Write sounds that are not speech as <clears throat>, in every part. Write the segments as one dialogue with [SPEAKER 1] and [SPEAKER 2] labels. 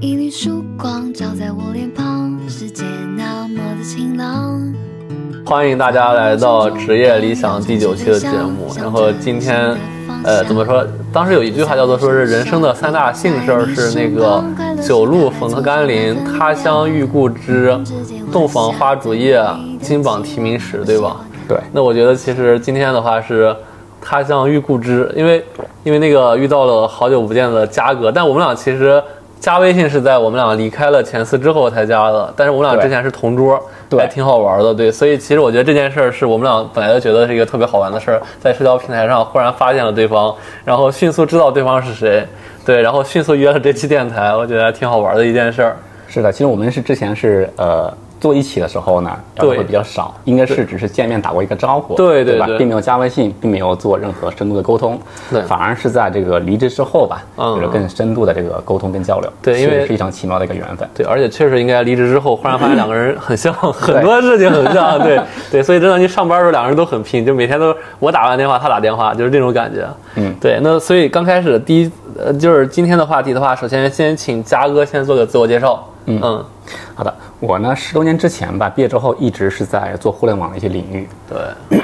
[SPEAKER 1] 一缕曙光照在我脸庞，世界那么的晴朗。
[SPEAKER 2] 欢迎大家来到《职业理想》第九期的节目。然后今天，呃，怎么说？当时有一句话叫做“说是人生的三大幸事儿是那个九路冯特甘霖、他乡遇故知、洞房花烛夜、啊金榜题名时”，对吧？
[SPEAKER 3] 对，
[SPEAKER 2] 那我觉得其实今天的话是他乡遇故知，因为因为那个遇到了好久不见的嘉哥，但我们俩其实加微信是在我们俩离开了前四之后才加的，但是我们俩
[SPEAKER 3] 对
[SPEAKER 2] 之前是同桌，
[SPEAKER 3] 对
[SPEAKER 2] 还挺好玩的，对，所以其实我觉得这件事儿是我们俩本来就觉得是一个特别好玩的事儿，在社交平台上忽然发现了对方，然后迅速知道对方是谁，对，然后迅速约了这期电台，我觉得还挺好玩的一件事儿。
[SPEAKER 3] 是的，其实我们是之前是呃坐一起的时候呢，聊
[SPEAKER 2] 对
[SPEAKER 3] 的会比较少，应该是只是见面打过一个招呼，
[SPEAKER 2] 对对
[SPEAKER 3] 对吧
[SPEAKER 2] 对
[SPEAKER 3] 并没有加微信，并没有做任何深度的沟通，
[SPEAKER 2] 对
[SPEAKER 3] 反而是在这个离职之后吧，
[SPEAKER 2] 嗯
[SPEAKER 3] 有了更深度的这个沟通跟交流，
[SPEAKER 2] 对因为
[SPEAKER 3] 是非常奇妙的一个缘分。
[SPEAKER 2] 对，而且确实应该离职之后，忽然发现两个人很像， <laughs> 很
[SPEAKER 3] 对
[SPEAKER 2] 多事情很像，对对，所以真的，你上班的时候两个人都很拼，就每天都我打完电话他打电话，就是这种感觉。
[SPEAKER 3] 嗯
[SPEAKER 2] 对，那所以刚开始第一，呃，就是今天的话题的话，首先先请嘉哥先做个自我介绍。嗯
[SPEAKER 3] 好的，我呢十多年之前吧，毕业之后一直是在做互联网的一些领域，
[SPEAKER 2] 对，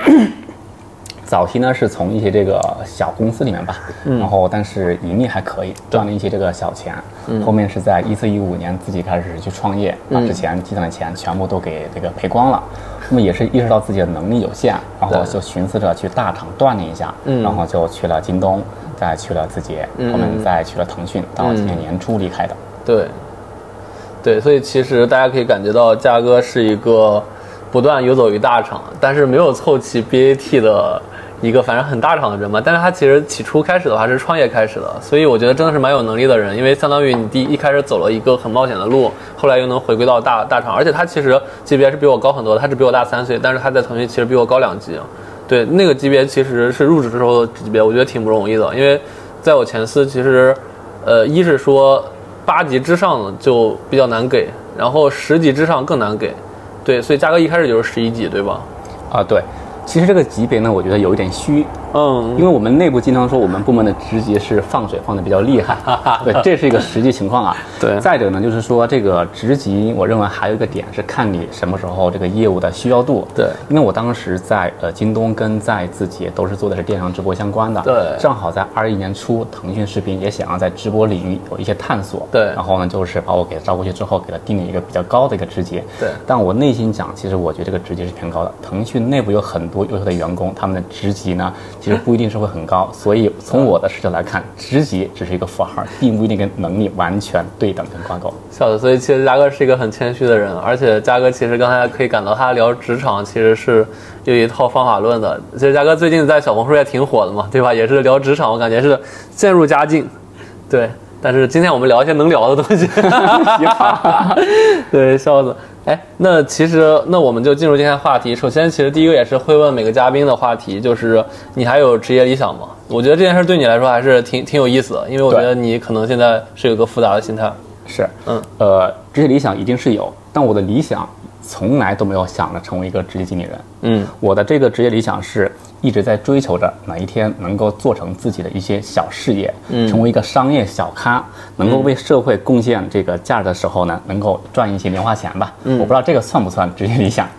[SPEAKER 3] 早期呢是从一些这个小公司里面吧，然后但是盈利还可以，赚了一些这个小钱。后面是在一四一五年自己开始去创业，把之前积攒的钱全部都给这个赔光了。那么也是意识到自己的能力有限，然后
[SPEAKER 2] 对
[SPEAKER 3] 就寻思着去大厂锻炼一下，然后就去了京东，再去了字节，后面再去了腾讯，到今年年初离开的。
[SPEAKER 2] 对，对，所以其实大家可以感觉到，嘉哥是一个不断游走于大厂，但是没有凑齐 BAT 的一个反正很大厂的人嘛。但是他其实起初开始的话是创业开始的，所以我觉得真的是蛮有能力的人，因为相当于你第一开始走了一个很冒险的路，后来又能回归到大大厂，而且他其实级别是比我高很多的，他只比我大三岁，但是他在腾讯其实比我高两级。啊对，那个级别其实是入职之后的级别，我觉得挺不容易的，因为在我前司其实，呃，一是说八级之上的就比较难给，然后十级之上更难给，对，所以嘉哥一开始就是十一级，对吧？
[SPEAKER 3] 啊，对，其实这个级别呢，我觉得有一点虚，因
[SPEAKER 2] 嗯，
[SPEAKER 3] 为我们内部经常说我们部门的职级是放水放的比较厉
[SPEAKER 2] <laughs>
[SPEAKER 3] 害，对，这是一个实际情况啊。
[SPEAKER 2] 对
[SPEAKER 3] 再者呢，就是说这个职级，我认为还有一个点是看你什么时候这个业务的需要度。
[SPEAKER 2] 对
[SPEAKER 3] 因为我当时在呃京东跟在字节都是做的是电商直播相关的，
[SPEAKER 2] 对
[SPEAKER 3] 正好在二一年初，腾讯视频也想要在直播领域有一些探索，
[SPEAKER 2] 对
[SPEAKER 3] 然后呢，就是把我给招过去之后，给他定了一个比较高的一个职级，
[SPEAKER 2] 对
[SPEAKER 3] 但我内心讲，其实我觉得这个职级是偏高的。腾讯内部有很多优秀的员工，他们的职级呢，其实不一定是会
[SPEAKER 2] <laughs>
[SPEAKER 3] 很高。所以从我的视角来看，职级只是一个符号，并不一定跟能力完全对等跟
[SPEAKER 2] <laughs>
[SPEAKER 3] 挂钩。
[SPEAKER 2] 笑的，所以其实嘉哥是一个很谦虚的人，而且嘉哥其实刚才可以感到他聊职场其实是有一套方法论的。其实嘉哥最近在小红书也挺火的嘛，对吧？也是聊职场，我感觉是渐入佳境，对。但是今天我们聊一些能聊的东西， <laughs> 对，笑死。哎，那其实那我们就进入今天的话题。首先，其实第一个也是会问每个嘉宾的话题，就是你还有职业理想吗？我觉得这件事对你来说还是挺挺有意思的，因为我觉
[SPEAKER 3] 对
[SPEAKER 2] 得你可能现在是有一个复杂的心态。
[SPEAKER 3] 是，
[SPEAKER 2] 嗯，
[SPEAKER 3] 呃，职业理想一定是有，但我的理想从来都没有想着成为一个职业经理人。
[SPEAKER 2] 嗯，
[SPEAKER 3] 我的这个职业理想是一直在追求着哪一天能够做成自己的一些小事业，
[SPEAKER 2] 嗯
[SPEAKER 3] 成为一个商业小咖，能够为社会贡献这个价值的时候呢，能够赚一些零花钱吧。
[SPEAKER 2] 嗯
[SPEAKER 3] 我不知道这个算不算职业理想。嗯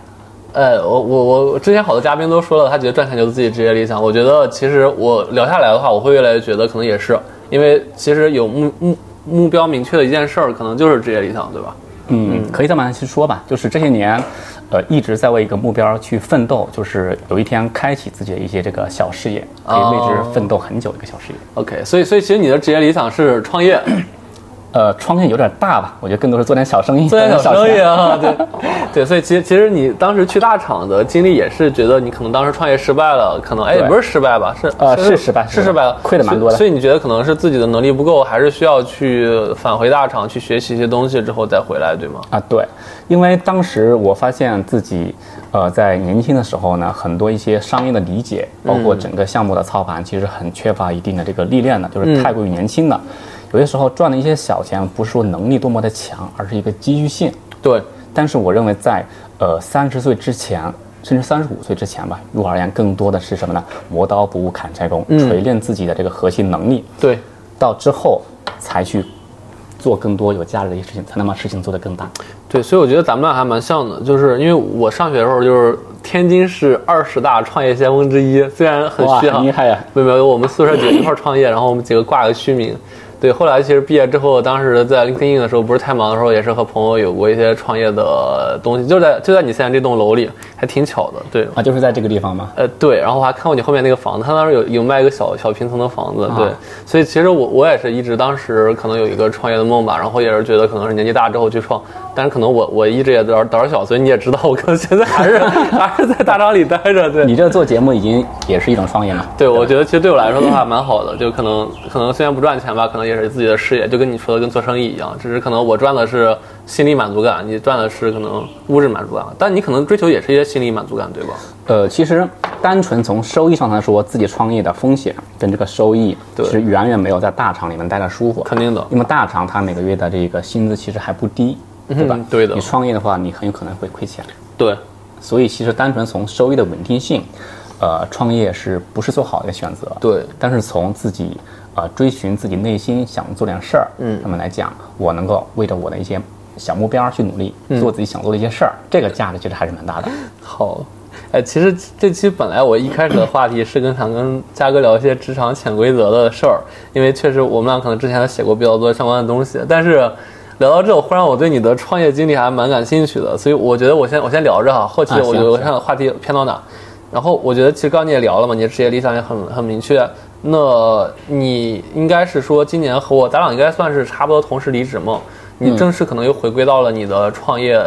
[SPEAKER 2] 呃，我我我我之前好多嘉宾都说了，他觉得赚钱就是自己职业理想。我觉得其实我聊下来的话，我会越来越觉得可能也是，因为其实有目目目标明确的一件事儿，可能就是职业理想，对吧？
[SPEAKER 3] 嗯，可以这么去说吧，就是这些年，呃，一直在为一个目标去奋斗，就是有一天开启自己的一些这个小事业，可以为之
[SPEAKER 2] 哦
[SPEAKER 3] 奋斗很久的一个小事业。
[SPEAKER 2] OK，所以所以其实你的职业理想是创业，
[SPEAKER 3] 呃，创业有点大吧，我觉得更多是做点小生意，
[SPEAKER 2] 做点小生意
[SPEAKER 3] 钱。
[SPEAKER 2] 啊，对对，所以其实其实你当时去大厂的经历也是觉得你可能当时创业失败了，可能哎
[SPEAKER 3] 对
[SPEAKER 2] 不是失败吧，是
[SPEAKER 3] 呃是失败
[SPEAKER 2] 是
[SPEAKER 3] 是
[SPEAKER 2] 失败了，
[SPEAKER 3] 亏得蛮多的
[SPEAKER 2] 所以所以你觉得可能是自己的能力不够，还是需要去返回大厂去学习一些东西之后再回来，对吗？
[SPEAKER 3] 啊，对，因为当时我发现自己，呃，在年轻的时候呢，很多一些商业的理解，包括整个项目的操盘，其实很缺乏一定的这个历练的，就是太过于年轻了。有些时候赚的一些小钱，不是说能力多么的强，而是一个机遇性。
[SPEAKER 2] 对，
[SPEAKER 3] 但是我认为在呃三十岁之前，甚至三十五岁之前吧，入而言更多的是什么呢？磨刀不误砍柴工，锤炼自己的这个核心能力。
[SPEAKER 2] 对，
[SPEAKER 3] 到之后才去做更多有价值的一些事情，才能把事情做得更大。
[SPEAKER 2] 对，所以我觉得咱们俩还蛮像的，就是因为我上学的时候就是天津市二十大创业先锋之一，虽然很
[SPEAKER 3] 哇，
[SPEAKER 2] 虚哈
[SPEAKER 3] 很厉，害啊呀！
[SPEAKER 2] 没有没有，我们宿舍几个一块儿创业，然后我们几个挂个虚名。对，后来其实毕业之后，当时在 LinkedIn 的时候，不是太忙的时候，也是和朋友有过一些创业的东西，就在就在你现在这栋楼里，还挺巧的。对，
[SPEAKER 3] 啊，就是在这个地方吗？
[SPEAKER 2] 呃，对，然后我还看过你后面那个房子，他当时有有卖一个小小平层的房子，
[SPEAKER 3] 啊
[SPEAKER 2] 对，所以其实我我也是一直当时可能有一个创业的梦吧，然后也是觉得可能是年纪大之后去创，但是可能我我一直也胆儿胆儿小，所以你也知道，我可能现在还是还是在大厂里待着，对。
[SPEAKER 3] 你这做节目已经也是一种创业嘛？
[SPEAKER 2] 对，我觉得其实对我来说的话蛮好的，就可能可能虽然不赚钱吧，可能也是自己的事业，就跟你说的跟做生意一样，只是可能我赚的是心理满足感，你赚的是可能物质满足感，但你可能追求也是一些心理满足感，对吧？
[SPEAKER 3] 呃，其实单纯从收益上来说，自己创业的风险跟这个收益，
[SPEAKER 2] 对
[SPEAKER 3] 是远远没有在大厂里面待的舒服。
[SPEAKER 2] 肯定的，
[SPEAKER 3] 因为大厂它每个月的这个薪资其实还不低，对吧
[SPEAKER 2] 嗯？对的
[SPEAKER 3] 你创业的话，你很有可能会亏钱。
[SPEAKER 2] 对，
[SPEAKER 3] 所以其实单纯从收益的稳定性，呃，创业是不是最好的一个选择？
[SPEAKER 2] 对
[SPEAKER 3] 但是从自己呃追寻自己内心想做点事儿，
[SPEAKER 2] 嗯
[SPEAKER 3] 上面来讲，我能够为着我的一些小目标去努力，
[SPEAKER 2] 嗯
[SPEAKER 3] 做自己想做的一些事儿，这个价值其实还是蛮大
[SPEAKER 2] <laughs>
[SPEAKER 3] 的。
[SPEAKER 2] 好，哎，其实这期本来我一开始的话题是跟想跟嘉哥聊一些职场潜规则的事儿，因为确实我们俩可能之前也写过比较多相关的东西，但是聊到这，忽然我对你的创业经历还蛮感兴趣的，所以我觉得我先我先聊着哈，后期
[SPEAKER 3] 啊
[SPEAKER 2] 我
[SPEAKER 3] 行
[SPEAKER 2] 就
[SPEAKER 3] 行
[SPEAKER 2] 看话题偏到哪。然后我觉得其实刚刚你也聊了嘛，你的职业理想也很很明确。那你应该是说今年和我，咱俩应该算是差不多同时离职嘛？
[SPEAKER 3] 嗯
[SPEAKER 2] 你正式可能又回归到了你的创业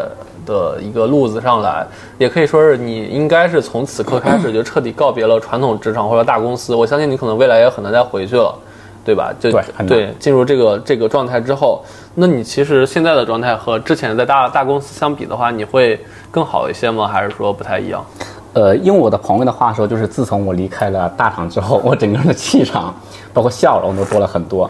[SPEAKER 2] 的一个路子上来，也可以说是你应该是从此刻开始就彻底告别了传统职场或者大公司。我相信你可能未来也很难再回去了，对吧？就
[SPEAKER 3] 对很难
[SPEAKER 2] 对，进入这个这个状态之后，那你其实现在的状态和之前在大大公司相比的话，你会更好一些吗？还是说不太一样？
[SPEAKER 3] 呃，用我的朋友的话说，就是自从我离开了大厂之后，我 <laughs> 整个人的气场，包括笑容都多了很多。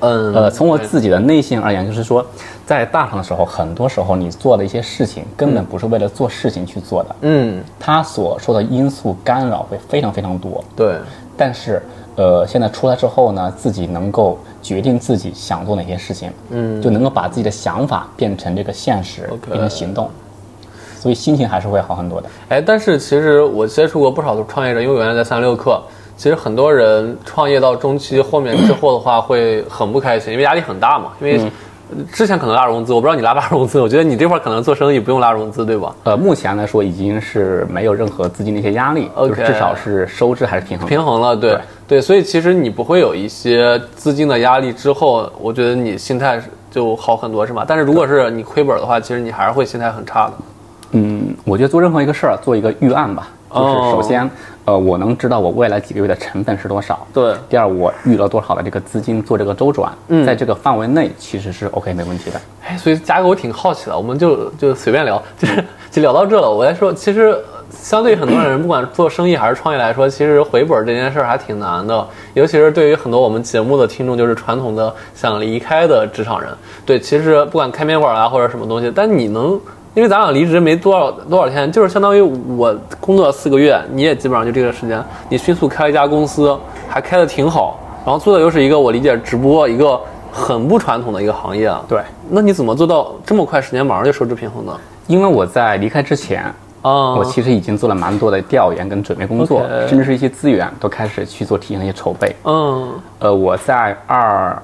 [SPEAKER 2] 嗯，
[SPEAKER 3] 呃，从我
[SPEAKER 2] 对
[SPEAKER 3] 自己的内心而言，就是说，在大厂的时候，很多时候你做的一些事情根本不是为了做事情去做的，
[SPEAKER 2] 嗯，
[SPEAKER 3] 它所受的因素干扰会非常非常多。
[SPEAKER 2] 对，
[SPEAKER 3] 但是，呃，现在出来之后呢，自己能够决定自己想做哪些事情，嗯，就能够把自己的想法变成这个现实
[SPEAKER 2] OK
[SPEAKER 3] 变成行动，所以心情还是会好很多的。
[SPEAKER 2] 哎，但是其实我接触过不少的创业者，因为我原来在三六氪，其实很多人创业到中期后面之后的话，会很不开心，因为压力很大嘛，因为。之前可能拉融资，我不知道你拉不拉融资。我觉得你这块儿可能做生意不用拉融资，对吧？
[SPEAKER 3] 呃，目前来说已经是没有任何资金的一些压力
[SPEAKER 2] OK
[SPEAKER 3] 就是至少是收支还是平衡的。
[SPEAKER 2] 平衡了，对
[SPEAKER 3] 对
[SPEAKER 2] 对，所以其实你不会有一些资金的压力，之后我觉得你心态就好很多，是吧？但是如果是你亏本的话，其实你还是会心态很差的。
[SPEAKER 3] 嗯，我觉得做任何一个事儿，做一个预案吧，就是
[SPEAKER 2] 哦
[SPEAKER 3] 首先，呃，我能知道我未来几个月的成本是多少。
[SPEAKER 2] 对
[SPEAKER 3] 第二，我预留多少的这个资金做这个周转，
[SPEAKER 2] 嗯
[SPEAKER 3] 在这个范围内其实是 OK 没问题的。
[SPEAKER 2] 哎，所以嘉哥，我挺好奇的，我们就就随便聊， <laughs> 就是就聊到这了。我在说，其实呃相对于很多人，不管做生意还是创业来说，其实回本这件事儿还挺难的，尤其是对于很多我们节目的听众，就是传统的想离开的职场人。对，其实不管开面馆啊或者什么东西，但你能。因为咱俩离职没多少多少天，就是相当于我工作四个月，你也基本上就这个时间，你迅速开了一家公司，还开得挺好，然后做的又是一个我理解直播一个很不传统的一个行业啊。
[SPEAKER 3] 对，
[SPEAKER 2] 那你怎么做到这么快时间马上就收支平衡的？
[SPEAKER 3] 因为我在离开之前，
[SPEAKER 2] 啊
[SPEAKER 3] 我其实已经做了蛮多的调研跟准备工作
[SPEAKER 2] OK
[SPEAKER 3] 甚至是一些资源都开始去做提前的一些筹备。
[SPEAKER 2] 嗯
[SPEAKER 3] 呃，我在二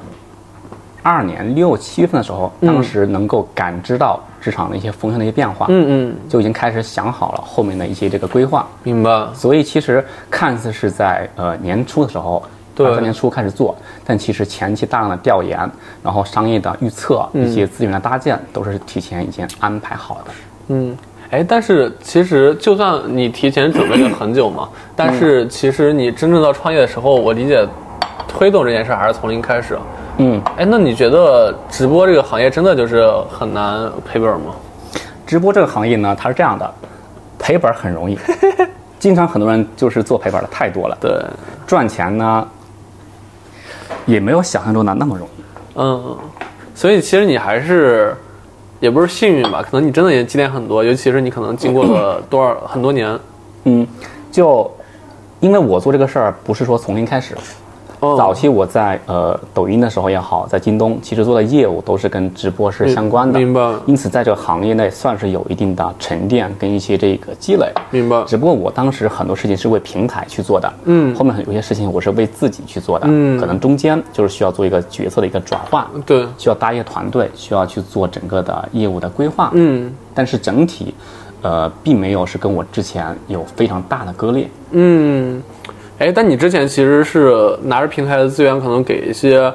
[SPEAKER 3] 二年六七月份的时候，当时能够感知到市场的一些风向的一些变化，
[SPEAKER 2] 嗯嗯，
[SPEAKER 3] 就已经开始想好了后面的一些这个规划。
[SPEAKER 2] 明白。
[SPEAKER 3] 所以其实看似是在呃年初的时候，
[SPEAKER 2] 对
[SPEAKER 3] 二三年初开始做，但其实前期大量的调研，然后商业的预测，一些资源的搭建，都是提前已经安排好的。
[SPEAKER 2] 嗯，哎，但是其实就算你提前准备了很久嘛，但是其实你真正到创业的时候，我理解推动这件事还是从零开始。
[SPEAKER 3] 嗯，
[SPEAKER 2] 哎，那你觉得直播这个行业真的就是很难赔本吗？
[SPEAKER 3] 直播这个行业呢，它是这样的，赔本儿
[SPEAKER 2] <laughs>
[SPEAKER 3] 很容易，经常很多人就是做赔本儿的太多了，
[SPEAKER 2] 对，
[SPEAKER 3] 赚钱呢也没有想象中的那么容易。
[SPEAKER 2] 嗯，所以其实你还是。也不是幸运吧，可能你真的也积淀很多，尤其是你可能经过了多少很多年，
[SPEAKER 3] 嗯，就因为我做这个事儿不是说从零开始，
[SPEAKER 2] 哦
[SPEAKER 3] 早期我在呃抖音的时候也好，在京东，其实做的业务都是跟直播是相关的，
[SPEAKER 2] 嗯明白
[SPEAKER 3] 因此在这个行业内算是有一定的沉淀跟一些这个积累。
[SPEAKER 2] 明白
[SPEAKER 3] 只不过我当时很多事情是为平台去做的，
[SPEAKER 2] 嗯
[SPEAKER 3] 后面很有些事情我是为自己去做的，
[SPEAKER 2] 嗯
[SPEAKER 3] 可能中间就是需要做一个角色的一个转换，
[SPEAKER 2] 对，
[SPEAKER 3] 需要搭一个团队，需要去做整个的业务的规划，
[SPEAKER 2] 嗯
[SPEAKER 3] 但是整体，呃，并没有是跟我之前有非常大的割裂，
[SPEAKER 2] 嗯，哎，但你之前其实是拿着平台的资源，可能给一些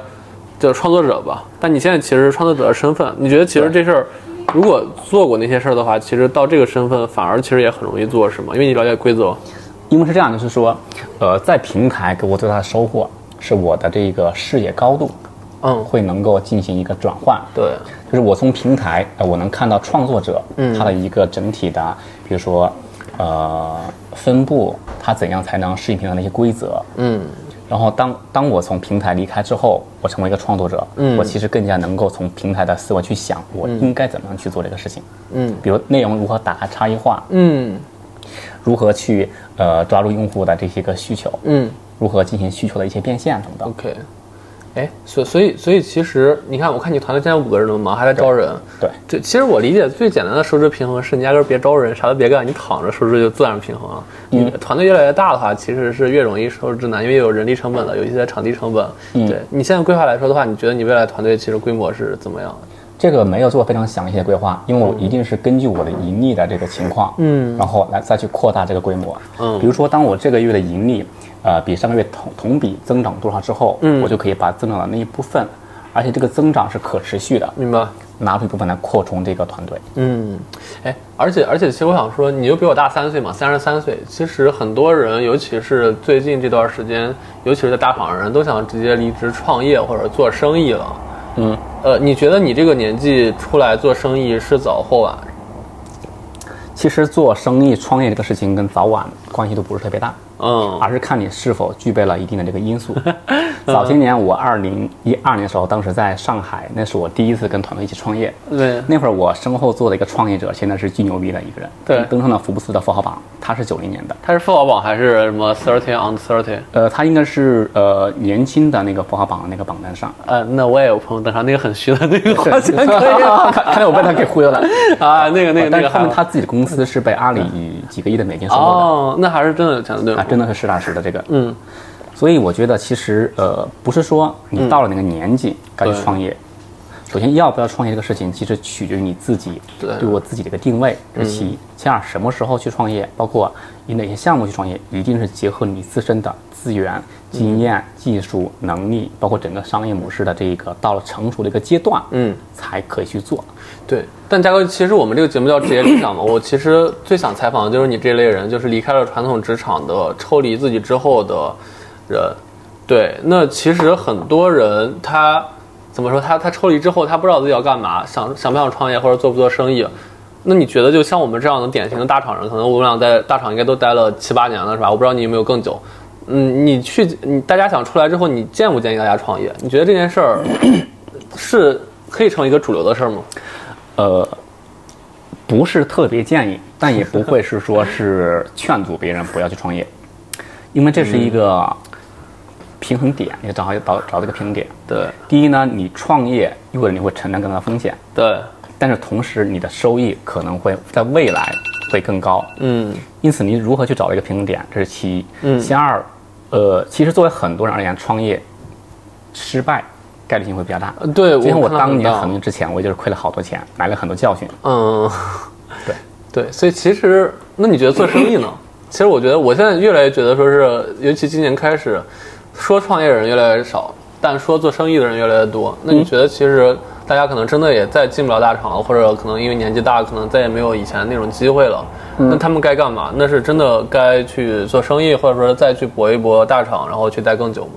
[SPEAKER 2] 就创作者吧，但你现在其实是创作者的身份，你觉得其实这事儿？如果做过那些事儿的话，其实到这个身份反而其实也很容易做，是吗？因为你了解规则。
[SPEAKER 3] 因为是这样，就是说，呃，在平台给我最大的收获是我的这个视野高度
[SPEAKER 2] 嗯，
[SPEAKER 3] 会能够进行一个转换，
[SPEAKER 2] 对，
[SPEAKER 3] 就是我从平台，呃，我能看到创作者
[SPEAKER 2] 嗯
[SPEAKER 3] 他的一个整体的，比如说，呃，分布，他怎样才能适应平台的一些规则，
[SPEAKER 2] 嗯，
[SPEAKER 3] 然后当当我从平台离开之后，我成为一个创作者，
[SPEAKER 2] 嗯
[SPEAKER 3] 我其实更加能够从平台的思维去想，我应该怎么样去做这个事情，
[SPEAKER 2] 嗯，
[SPEAKER 3] 比如内容如何打开差异化，
[SPEAKER 2] 嗯，
[SPEAKER 3] 如何去呃抓住用户的这些个需求，
[SPEAKER 2] 嗯。
[SPEAKER 3] 如何进行需求的一些变现等等。
[SPEAKER 2] OK，哎，所所以所以其实你看，我看你团队现在五个人了嘛，还在招人。
[SPEAKER 3] 对，
[SPEAKER 2] 对，其实我理解最简单的收支平衡是你压根儿别招人，啥都别干，你躺着收支就自然平衡了。你
[SPEAKER 3] 嗯
[SPEAKER 2] 团队越来越大的话，其实是越容易收支难，因为有人力成本了，有一些场地成本。
[SPEAKER 3] 嗯
[SPEAKER 2] 对你现在规划来说的话，你觉得你未来团队其实规模是怎么样的？
[SPEAKER 3] 这个没有做非常详细的规划，因为我一定是根据我的盈利的这个情况，嗯，然后来再去扩大这个规模，
[SPEAKER 2] 嗯
[SPEAKER 3] 比如说当我这个月的盈利，呃，比上个月同同比增长多少之后，
[SPEAKER 2] 嗯
[SPEAKER 3] 我就可以把增长的那一部分，而且这个增长是可持续的，
[SPEAKER 2] 明白？
[SPEAKER 3] 拿出一部分来扩充这个团队。
[SPEAKER 2] 嗯，哎，而且而且，其实我想说，你又比我大三岁嘛，三十三岁。其实很多人，尤其是最近这段时间，尤其是在大厂的人都想直接离职创业或者做生意了。
[SPEAKER 3] 嗯，
[SPEAKER 2] 呃，你觉得你这个年纪出来做生意是早或晚？
[SPEAKER 3] 其实做生意创业这个事情跟早晚关系都不是特别大，
[SPEAKER 2] 嗯
[SPEAKER 3] 而是看你是否具备了一定的这个因
[SPEAKER 2] <laughs>
[SPEAKER 3] 素。早些年我二零一二年的时候，当时在上海，那是我第一次跟团队一起创业。
[SPEAKER 2] 对，
[SPEAKER 3] 那会儿我身后坐的一个创业者，现在是巨牛逼的一个人，
[SPEAKER 2] 对
[SPEAKER 3] 登上了福布斯的富豪榜，他是九零年的，
[SPEAKER 2] 他是富豪榜还是什么 thirty on thirty？
[SPEAKER 3] 呃，他应该是呃年轻的那个富豪榜的那个榜单上。
[SPEAKER 2] 呃，那我也有朋友登上那个很虚的那
[SPEAKER 3] <laughs>
[SPEAKER 2] 个， <laughs> 好像可以
[SPEAKER 3] 看看来我被他给忽悠了。
[SPEAKER 2] 啊， <laughs> 那个那个那
[SPEAKER 3] 但是
[SPEAKER 2] 个
[SPEAKER 3] 后
[SPEAKER 2] 还
[SPEAKER 3] 面他自己的公司是被阿里以几个亿的美金收购的。
[SPEAKER 2] 哦，那还是真的有钱的，对
[SPEAKER 3] 啊
[SPEAKER 2] 吗，？
[SPEAKER 3] 真的是实打实的这个。
[SPEAKER 2] 嗯，
[SPEAKER 3] 所以我觉得其实呃，不是说你到了那个年纪该去
[SPEAKER 2] 对
[SPEAKER 3] 创业，首先要不要创业这个事情，其实取决于你自己
[SPEAKER 2] 对嗯
[SPEAKER 3] 对我自己的一个定位，这是其一。其二，什么时候去创业，包括以哪些项目去创业，一定是结合你自身的资源、经验、技术、能力，包括整个商业模式的这一个到了成熟的一个阶段，
[SPEAKER 2] 嗯，
[SPEAKER 3] 才可以去做。
[SPEAKER 2] 对，但嘉哥，其实我们这个节目叫职业理想嘛，我其实最想采访的就是你这类人，就是离开了传统职场的，抽离自己之后的人。对，那其实很多人他怎么说？他他抽离之后，他不知道自己要干嘛，想想不想创业或者做不做生意。那你觉得，就像我们这样的典型的大厂人，可能我们俩在大厂应该都待了七八年了，是吧？我不知道你有没有更久。嗯，你去，你大家想出来之后，你建不建议大家创业？你觉得这件事儿 <coughs> 是可以成为一个主流的事儿吗？
[SPEAKER 3] 呃，不是特别建议，但也不会是说是劝阻别人不要去创业，因为这
[SPEAKER 2] 嗯
[SPEAKER 3] 是一个平衡点，你找找找这个平衡点。
[SPEAKER 2] 对
[SPEAKER 3] 第一呢，你创业意味着你会承担更大的风险，
[SPEAKER 2] 对，
[SPEAKER 3] 但是同时你的收益可能会在未来会更高。
[SPEAKER 2] 嗯
[SPEAKER 3] 因此，你如何去找一个平衡点，这是其一。嗯，其二，呃，其实作为很多人而言，创业失败概率性会比较大。，
[SPEAKER 2] 对，
[SPEAKER 3] 就像
[SPEAKER 2] 呃
[SPEAKER 3] 我
[SPEAKER 2] 看到
[SPEAKER 3] 当年
[SPEAKER 2] 到
[SPEAKER 3] 很多之前，我就是亏了好多钱，买了很多教训。
[SPEAKER 2] 嗯，
[SPEAKER 3] <laughs> 对
[SPEAKER 2] 对，所以其实那你觉得做生
[SPEAKER 3] <clears throat>
[SPEAKER 2] 意呢？其实我觉得我现在越来越觉得，说是尤其今年开始，说创业的人越来越少，但说做生意的人越来越多。那
[SPEAKER 3] 嗯
[SPEAKER 2] 你觉得其实大家可能真的也再进不了大厂了，或者可能因为年纪大，可能再也没有以前那种机会了。
[SPEAKER 3] 嗯
[SPEAKER 2] 那他们该干嘛？那是真的该去做生意，或者说再去搏一搏大厂，然后去待更久吗？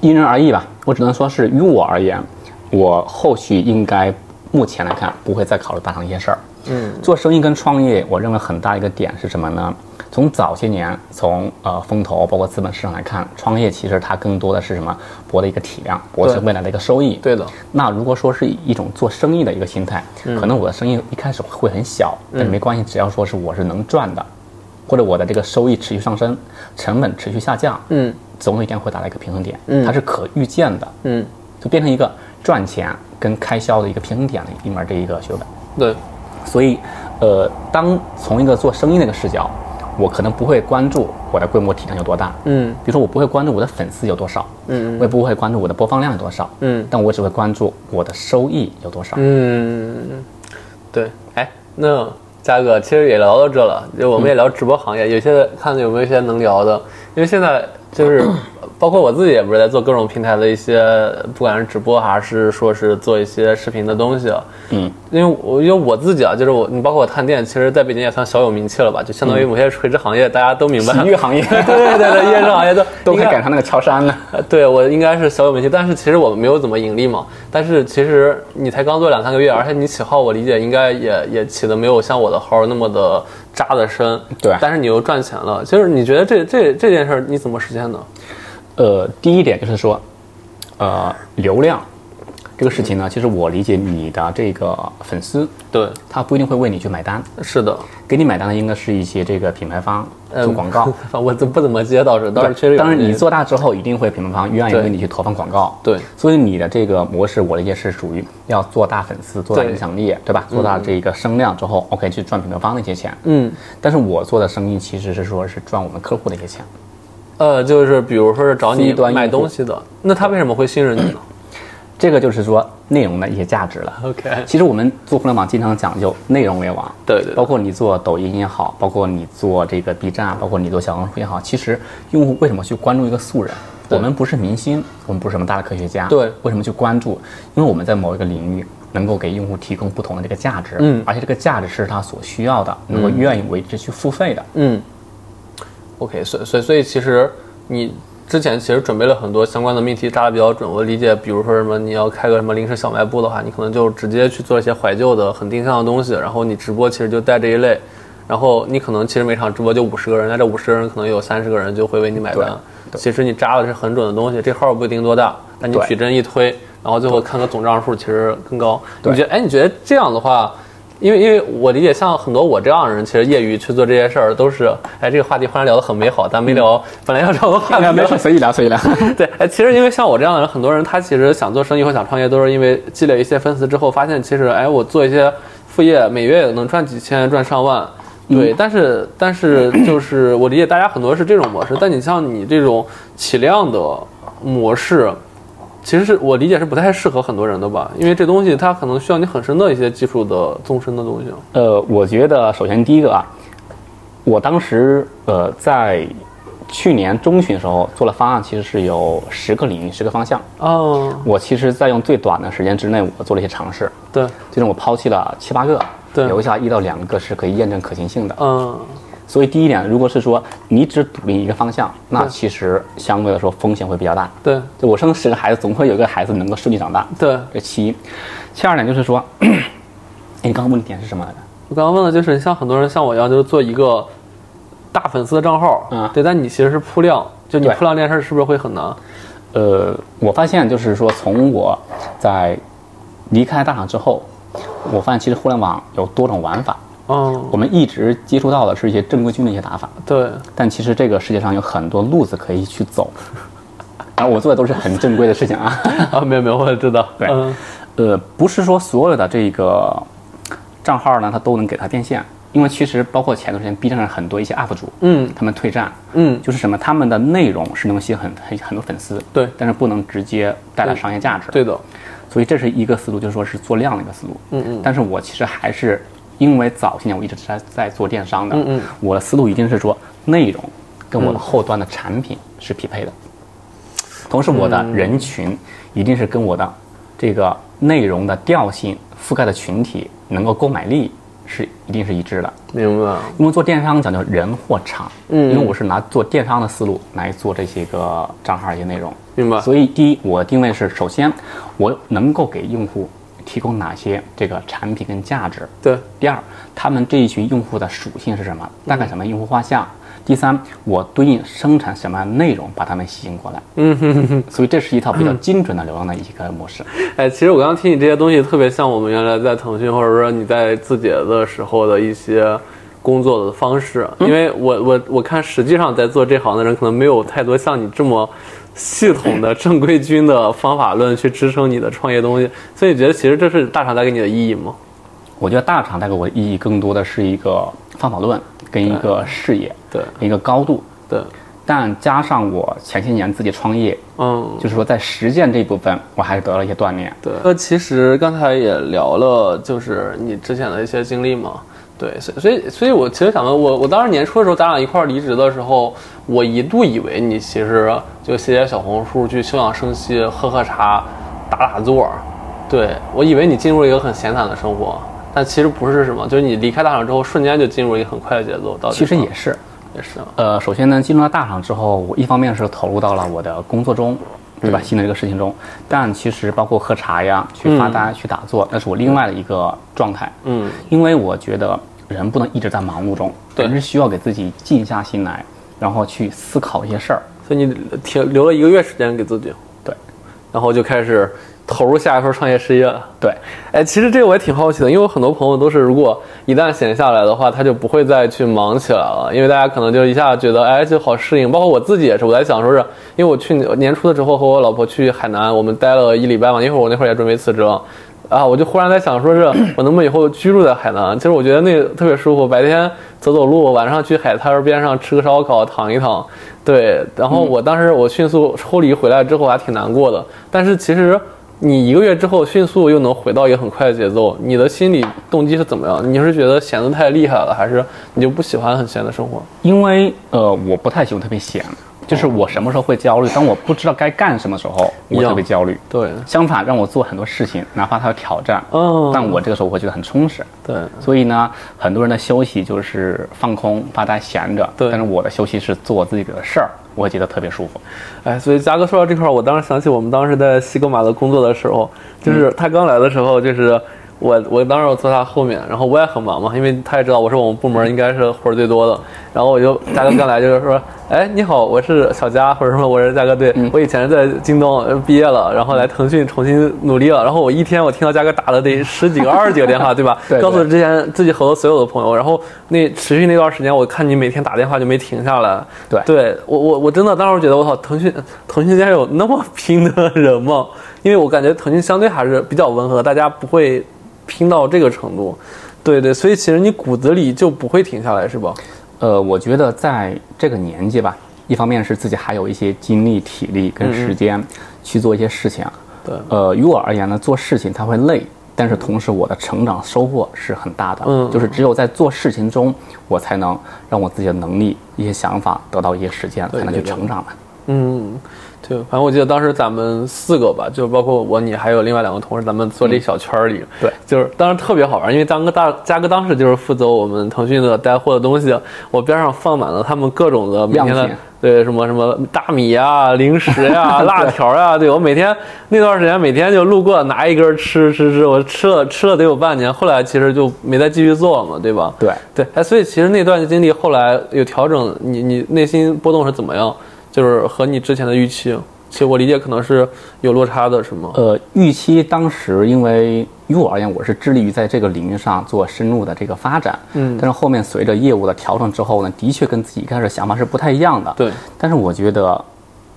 [SPEAKER 3] 因人而异吧。我只能说是于我而言，我后续应该目前来看不会再考虑大厂一些事儿。
[SPEAKER 2] 嗯，
[SPEAKER 3] 做生意跟创业，我认为很大一个点是什么呢？从早些年，从呃风投包括资本市场来看，创业其实它更多的是什么？博的一个体量，博是
[SPEAKER 2] 对
[SPEAKER 3] 未来的一个收益。
[SPEAKER 2] 对的，
[SPEAKER 3] 那如果说是以一种做生意的一个心态，
[SPEAKER 2] 嗯
[SPEAKER 3] 可能我的生意一开始会很小，但是没关系，只要说是我是能赚的，或者我的这个收益持续上升，成本持续下降，
[SPEAKER 2] 嗯，
[SPEAKER 3] 总有一天会达到一个平衡点，
[SPEAKER 2] 嗯
[SPEAKER 3] 它是可预见的，
[SPEAKER 2] 嗯，
[SPEAKER 3] 就变成一个赚钱跟开销的一个平衡点的一门这一个学问。
[SPEAKER 2] 对，
[SPEAKER 3] 所以，呃，当从一个做生意那个视角，我可能不会关注我的规模体量有多大，
[SPEAKER 2] 嗯
[SPEAKER 3] 比如说我不会关注我的粉丝有多少，
[SPEAKER 2] 嗯
[SPEAKER 3] 我也不会关注我的播放量有多少，
[SPEAKER 2] 嗯
[SPEAKER 3] 但我只会关注我的收益有多少。
[SPEAKER 2] 嗯，对，哎，那嘉哥其实也聊到这了，就我们也
[SPEAKER 3] 嗯
[SPEAKER 2] 聊直播行业，有些看有没有一些能聊的，因为现在就是包括我自己也不是在做各种平台的一些，不管是直播还是说是做一些视频的东西，啊
[SPEAKER 3] 嗯，
[SPEAKER 2] 因为我因为我自己啊，就是我，你包括我探店，其实在北京也算小有名气了吧，就相当于某些垂直行业大家都明白，
[SPEAKER 3] 体育嗯行业
[SPEAKER 2] <laughs> 对对对对，夜市行业都
[SPEAKER 3] <laughs> 都快
[SPEAKER 2] 应该
[SPEAKER 3] 赶上那个啊乔杉 <laughs> 了。
[SPEAKER 2] 呃对我应该是小有名气，但是其实我没有怎么盈利嘛。但是其实你才刚做两三个月，而且你起号，我理解应该也也起的没有像我的号那么的扎的深。
[SPEAKER 3] 对
[SPEAKER 2] 但是你又赚钱了，就是你觉得这这这件事儿你怎么实现呢？
[SPEAKER 3] 呃，第一点就是说，呃，流量这个事情呢，其实我理解你的这个粉丝，
[SPEAKER 2] 对，
[SPEAKER 3] 他不一定会为你去买单，
[SPEAKER 2] 是的，
[SPEAKER 3] 给你买单的应该是一些这个品牌方
[SPEAKER 2] 嗯
[SPEAKER 3] 做
[SPEAKER 2] <laughs>
[SPEAKER 3] 广告。
[SPEAKER 2] 我怎不怎么接倒是，倒是确实有
[SPEAKER 3] 当然，
[SPEAKER 2] 人
[SPEAKER 3] 你做大之后，一定会品牌方愿意
[SPEAKER 2] 对
[SPEAKER 3] 为你去投放广告。
[SPEAKER 2] 对
[SPEAKER 3] 所以你的这个模式，我理解是属于要做大粉丝、做大影响力，对吧？做大这个声量之后，OK 去赚品牌方的一些钱。
[SPEAKER 2] 嗯
[SPEAKER 3] 但是我做的生意其实是说是赚我们客户的一些钱。
[SPEAKER 2] 呃，就是比如说是找你
[SPEAKER 3] C 端用户
[SPEAKER 2] 买东西的，那他为什么会信任你呢
[SPEAKER 3] 这个就是说内容的一些价值了。
[SPEAKER 2] ？OK，
[SPEAKER 3] 其实我们做互联网经常讲究内容为王，
[SPEAKER 2] 对对对
[SPEAKER 3] 包括你做抖音也好，包括你做这个 B 站，包括你做小红书也好，其实用户为什么去关注一个素人？
[SPEAKER 2] 对
[SPEAKER 3] 我们不是明星，我们不是什么大的科学家，
[SPEAKER 2] 对
[SPEAKER 3] 为什么去关注？因为我们在某一个领域能够给用户提供不同的这个价值，
[SPEAKER 2] 嗯
[SPEAKER 3] 而且这个价值是他所需要的，能够愿意为之去付费的。
[SPEAKER 2] 嗯，OK，所以所以所以其实你之前其实准备了很多相关的命题，扎的比较准。我理解，比如说什么你要开个什么零食小卖部的话，你可能就直接去做一些怀旧的、很定向的东西，然后你直播其实就带这一类。然后你可能其实每场直播就五十个人，那这五十个人可能有三十个人就会为你买单。其实你扎的是很准的东西，这号不一定多大，但你
[SPEAKER 3] 对
[SPEAKER 2] 矩阵一推，然后最后看个总账数其实更高。你觉得？哎，你觉得这样的话，因为因为我理解，像很多我这样的人，其实业余去做这些事儿，都是哎这个话题忽然聊得很美好，但没聊本来要聊的话题。
[SPEAKER 3] 随意聊，随意聊。
[SPEAKER 2] <laughs> 对，哎，其实因为像我这样的人，很多人他其实想做生意或想创业，都是因为积累一些粉丝之后，发现其实哎，我做一些副业，每月能赚几千，赚上万。对，但是但是就是我理解大家很多是这种模式，但你像你这种起量的模式，其实是我理解是不太适合很多人的吧，因为这东西它可能需要你很深的一些技术的纵深的东西。
[SPEAKER 3] 呃，我觉得首先第一个啊，我当时呃在去年中旬的时候做了方案，其实是有十个领域、十个方向。
[SPEAKER 2] 哦，
[SPEAKER 3] 我其实，在用最短的时间之内，我做了一些尝试，
[SPEAKER 2] 对，
[SPEAKER 3] 最终我抛弃了七八个，
[SPEAKER 2] 对
[SPEAKER 3] 留下一到两个是可以验证可行性的。
[SPEAKER 2] 嗯，
[SPEAKER 3] 所以第一点，如果是说你只独立一个方向，那
[SPEAKER 2] 对
[SPEAKER 3] 其实相对来说风险会比较大。
[SPEAKER 2] 对
[SPEAKER 3] 就我生十个孩子，总会有一个孩子能够顺利长大，
[SPEAKER 2] 对，
[SPEAKER 3] 这其一。其二点就是说， <coughs> 哎你刚刚问的点是什么来着？
[SPEAKER 2] 我刚刚问的就是，像很多人像我一样，就是做一个大粉丝的账号，
[SPEAKER 3] 嗯
[SPEAKER 2] 对，但你其实是铺量，就你
[SPEAKER 3] 对
[SPEAKER 2] 铺量这件事儿是不是会很难？
[SPEAKER 3] 呃，我发现就是说，从我在离开大厂之后，我发现其实互联网有多种玩法。
[SPEAKER 2] 嗯，
[SPEAKER 3] 我们一直接触到的是一些正规军的一些打法，
[SPEAKER 2] 对，
[SPEAKER 3] 但其实这个世界上有很多路子可以去走。而我做的都是很正规的事情啊， <laughs>
[SPEAKER 2] 啊， <laughs> 没有没有，我知道，
[SPEAKER 3] 对
[SPEAKER 2] 嗯，
[SPEAKER 3] 呃，不是说所有的这个账号呢，它都能给它变现，因为其实包括前段时间 B 站上很多一些 UP 主，
[SPEAKER 2] 嗯
[SPEAKER 3] 他们退站，
[SPEAKER 2] 嗯
[SPEAKER 3] 就是什么，他们的内容是能吸引很很很多粉丝，
[SPEAKER 2] 对
[SPEAKER 3] 但是不能直接带来
[SPEAKER 2] 对
[SPEAKER 3] 商业价值，
[SPEAKER 2] 对的，
[SPEAKER 3] 所以这是一个思路，就是说是做量的一个思路。
[SPEAKER 2] 嗯嗯
[SPEAKER 3] 但是我其实还是因为早些年我一直在在做电商的，
[SPEAKER 2] 嗯嗯
[SPEAKER 3] 我的思路一定是说内容跟我的后端的产品是匹配的，同时我的人群一定是跟我的这个内容的调性、覆盖的群体能够购买力是一定是一致的。
[SPEAKER 2] 明白，
[SPEAKER 3] 因为做电商讲究人或场，
[SPEAKER 2] 嗯
[SPEAKER 3] 因为我是拿做电商的思路来做这些个账号一些内容，
[SPEAKER 2] 明白
[SPEAKER 3] 所以第一，我定位是首先我能够给用户提供哪些这个产品跟价值，
[SPEAKER 2] 对，
[SPEAKER 3] 第二，他们这一群用户的属性是什么，大概什么用户画像。第三，我对应生产什么样的内容把他们吸引过来，
[SPEAKER 2] 嗯哼哼哼。
[SPEAKER 3] 所以这是一套比较精准的流量的一个模式。
[SPEAKER 2] 哎，其实我刚刚听你这些东西，特别像我们原来在腾讯，或者说你在字节的时候的一些工作的方式，啊因为我我我看实际上在做这行的人可能没有太多像你这么系统 <laughs> 的正规军的方法论去支撑你的创业东西，所以你觉得其实这是大厂带给你的意义吗？
[SPEAKER 3] 我觉得大厂带给我的意义更多的是一个方法论跟一个视野，
[SPEAKER 2] 对
[SPEAKER 3] 一个高度。
[SPEAKER 2] 对，
[SPEAKER 3] 但加上我前些年自己创业，
[SPEAKER 2] 嗯，
[SPEAKER 3] 就是说在实践这部分，我还是得到了一些锻炼。
[SPEAKER 2] 对，那其实刚才也聊了，就是你之前的一些经历嘛。对，所以所以所以我其实想问，我我当时年初的时候，咱俩一块儿离职的时候，我一度以为你其实就写写小红书，去休养生息，喝喝茶，打打坐。对我以为你进入了一个很闲散的生活，但其实不是什么，就是你离开大厂之后，瞬间就进入一个很快的节奏。到
[SPEAKER 3] 其实也是，
[SPEAKER 2] 也是，啊
[SPEAKER 3] 呃，首先呢，进入到大厂之后，我一方面是投入到了我的工作中，对
[SPEAKER 2] 嗯
[SPEAKER 3] 吧？新的这个事情中，但其实包括喝茶呀、去发呆、去打坐，那是我另外的一个状态。
[SPEAKER 2] 嗯，
[SPEAKER 3] 因为我觉得人不能一直在忙碌中，
[SPEAKER 2] 对
[SPEAKER 3] 人是需要给自己静下心来，然后去思考一些事儿。
[SPEAKER 2] 所以你停留了一个月时间给自己，
[SPEAKER 3] 对，
[SPEAKER 2] 然后就开始投入下一份创业事业了。
[SPEAKER 3] 对，
[SPEAKER 2] 哎，其实这个我也挺好奇的，因为我很多朋友都是，如果一旦闲下来的话，他就不会再去忙起来了，因为大家可能就一下觉得，哎，就好适应。包括我自己也是，我在想说是，因为我去年年初的时候和我老婆去海南，我们待了一礼拜嘛，一会儿我那会儿也准备辞职了。啊，我就忽然在想，说是我能不能以后居住在海南？其实我觉得那个特别舒服，白天走走路，晚上去海滩边上吃个烧烤，躺一躺。对，然后我当时我迅速抽离回来之后还挺难过的，但是其实你一个月之后迅速又能回到一个很快的节奏，你的心理动机是怎么样？你是觉得闲得太厉害了，还是你就不喜欢很闲的生活？
[SPEAKER 3] 因为呃，我不太喜欢特别闲，就是我什么时候会焦虑？当我不知道该干什么时候，
[SPEAKER 2] 哦一
[SPEAKER 3] 我
[SPEAKER 2] 样
[SPEAKER 3] 特别焦虑。
[SPEAKER 2] 对，
[SPEAKER 3] 相反，让我做很多事情，哪怕它有挑战，
[SPEAKER 2] 嗯
[SPEAKER 3] 但我这个时候我会觉得很充实。
[SPEAKER 2] 对，
[SPEAKER 3] 所以呢，很多人的休息就是放空、发呆、闲着。
[SPEAKER 2] 对
[SPEAKER 3] 但是我的休息是做我自己的事儿，我会觉得特别舒服。
[SPEAKER 2] 哎，所以嘉哥说到这块儿，我当时想起我们当时在西格玛的工作的时候，
[SPEAKER 3] 嗯
[SPEAKER 2] 就是他刚来的时候，就是我我当时我坐他后面，然后我也很忙嘛，因为他也知道我是我们部门应该是活儿最多的，然后我就嘉哥刚来就是说，哎，你好，我是小佳或者什么，我是嘉哥，对
[SPEAKER 3] 嗯
[SPEAKER 2] 我以前是在京东呃毕业了，然后来腾讯重新努力了，然后我一天我听到嘉哥打了得十几个、二十几个电话，对吧？
[SPEAKER 3] <laughs> 对对
[SPEAKER 2] 告诉之前自己合作所有的朋友，然后那持续那段时间，我看你每天打电话就没停下来，
[SPEAKER 3] 对
[SPEAKER 2] 对我我我真的当时觉得我操，腾讯 <laughs> 腾讯竟然有那么拼的人吗？因为我感觉腾讯相对还是比较温和，大家不会拼到这个程度。对对，所以其实你骨子里就不会停下来，是吧？
[SPEAKER 3] 呃，我觉得在这个年纪吧，一方面是自己还有一些精力、体力跟时间去做一些事情。
[SPEAKER 2] 对
[SPEAKER 3] 呃，于我而言呢，做事情它会累，但是同时我的成长收获是很大的。
[SPEAKER 2] 嗯
[SPEAKER 3] 就是只有在做事情中，我才能让我自己的能力、一些想法得到一些实践，
[SPEAKER 2] 对
[SPEAKER 3] 才能去
[SPEAKER 2] 对对
[SPEAKER 3] 成长嘛。
[SPEAKER 2] 嗯，对，反正我记得当时咱们四个吧，就包括我、你还有另外两个同事，咱们做这一小圈儿里，
[SPEAKER 3] 嗯对
[SPEAKER 2] 就是当时特别好玩，因为当哥大嘉哥当时就是负责我们腾讯的带货的东西，我边上放满了他们各种的每天
[SPEAKER 3] 样
[SPEAKER 2] 的
[SPEAKER 3] 品。
[SPEAKER 2] 对，什么什么大米呀、
[SPEAKER 3] <laughs>
[SPEAKER 2] 零食呀、辣条呀、对我每天那段时间每天就路过拿一根吃吃吃，我吃了吃了得有半年，后来其实就没再继续做嘛，对吧？
[SPEAKER 3] 对
[SPEAKER 2] 对，哎，所以其实那段经历后来有调整，你你内心波动是怎么样？就是和你之前的预期，其实我理解可能是有落差的，是吗？
[SPEAKER 3] 呃，预期当时因为于我而言，我是致力于在这个领域上做深入的这个发展，
[SPEAKER 2] 嗯
[SPEAKER 3] 但是后面随着业务的调整之后呢，的确跟自己一开始想法是不太一样的，
[SPEAKER 2] 对，
[SPEAKER 3] 但是我觉得，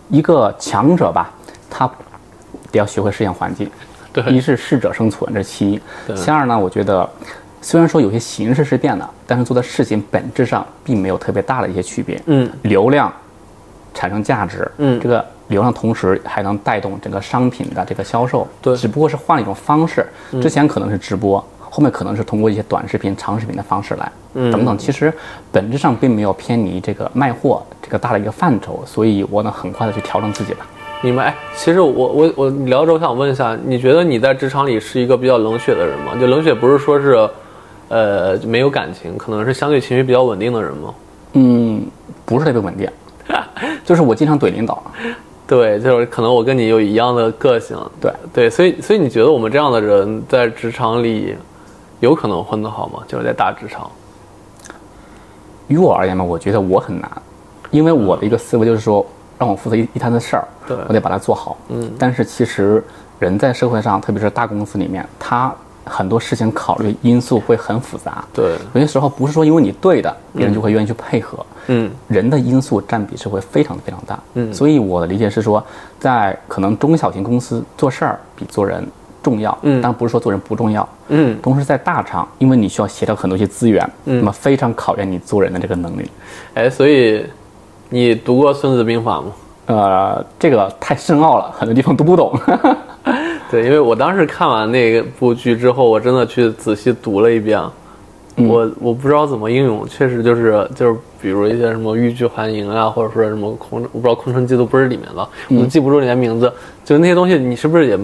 [SPEAKER 3] 一个强者吧，他得要学会适应环境，
[SPEAKER 2] 对
[SPEAKER 3] 一是适者生存，这是其一
[SPEAKER 2] 对，
[SPEAKER 3] 其二呢，我觉得。虽然说有些形式是变了，但是做的事情本质上并没有特别大的一些区别。
[SPEAKER 2] 嗯，
[SPEAKER 3] 流量产生价值，
[SPEAKER 2] 嗯
[SPEAKER 3] 这个流量同时还能带动整个商品的这个销售，
[SPEAKER 2] 对嗯
[SPEAKER 3] 只不过是换了一种方式，之前可能是直播，后面可能是通过一些短视频、长视频的方式来，
[SPEAKER 2] 嗯
[SPEAKER 3] 等等，其实本质上并没有偏离这个卖货这个大的一个范畴，所以我能很快的去调整自己吧。
[SPEAKER 2] 明白。哎其实我我我你聊着，我想问一下，你觉得你在职场里是一个比较冷血的人吗？就冷血不是说是，呃，没有感情，可能是相对情绪比较稳定的人吗？
[SPEAKER 3] 嗯，不是特别稳
[SPEAKER 2] <laughs>
[SPEAKER 3] 定，就是我经常怼领导，
[SPEAKER 2] 对，就是可能我跟你有一样的个性，
[SPEAKER 3] 对。
[SPEAKER 2] 对，所以所以你觉得我们这样的人在职场里有可能混得好吗？就是在大职场。
[SPEAKER 3] 于我而言嘛，我觉得我很难，因为我的一个思维就是说，让我负责一一摊子事儿
[SPEAKER 2] 对，
[SPEAKER 3] 我得把它做好。嗯，但是其实人在社会上，特别是大公司里面，他很多事情考虑因素会很复杂。
[SPEAKER 2] 对
[SPEAKER 3] 有些时候不是说因为你对的，别人就会愿意去配合。
[SPEAKER 2] 嗯，
[SPEAKER 3] 人的因素占比是会非常非常大。
[SPEAKER 2] 嗯
[SPEAKER 3] 所以我的理解是说，在可能中小型公司做事儿比做人重要。
[SPEAKER 2] 嗯
[SPEAKER 3] 但不是说做人不重要。
[SPEAKER 2] 嗯
[SPEAKER 3] 同时在大厂，因为你需要协调很多一些资源，嗯那么非常考验你做人的这个能力。
[SPEAKER 2] 哎，所以你读过《孙子兵法》吗？
[SPEAKER 3] 呃，这个太深奥了，很多地方读不懂。 <laughs>
[SPEAKER 2] 对，因为我当时看完那个部剧之后，我真的去仔细读了一遍，
[SPEAKER 3] 嗯
[SPEAKER 2] 我我不知道怎么应用，确实就是就是比如一些什么欲拒还迎啊，或者说什么空，我不知道空城计都不是里面的，我
[SPEAKER 3] 嗯
[SPEAKER 2] 都记不住里面名字，就那些东西，你是不是也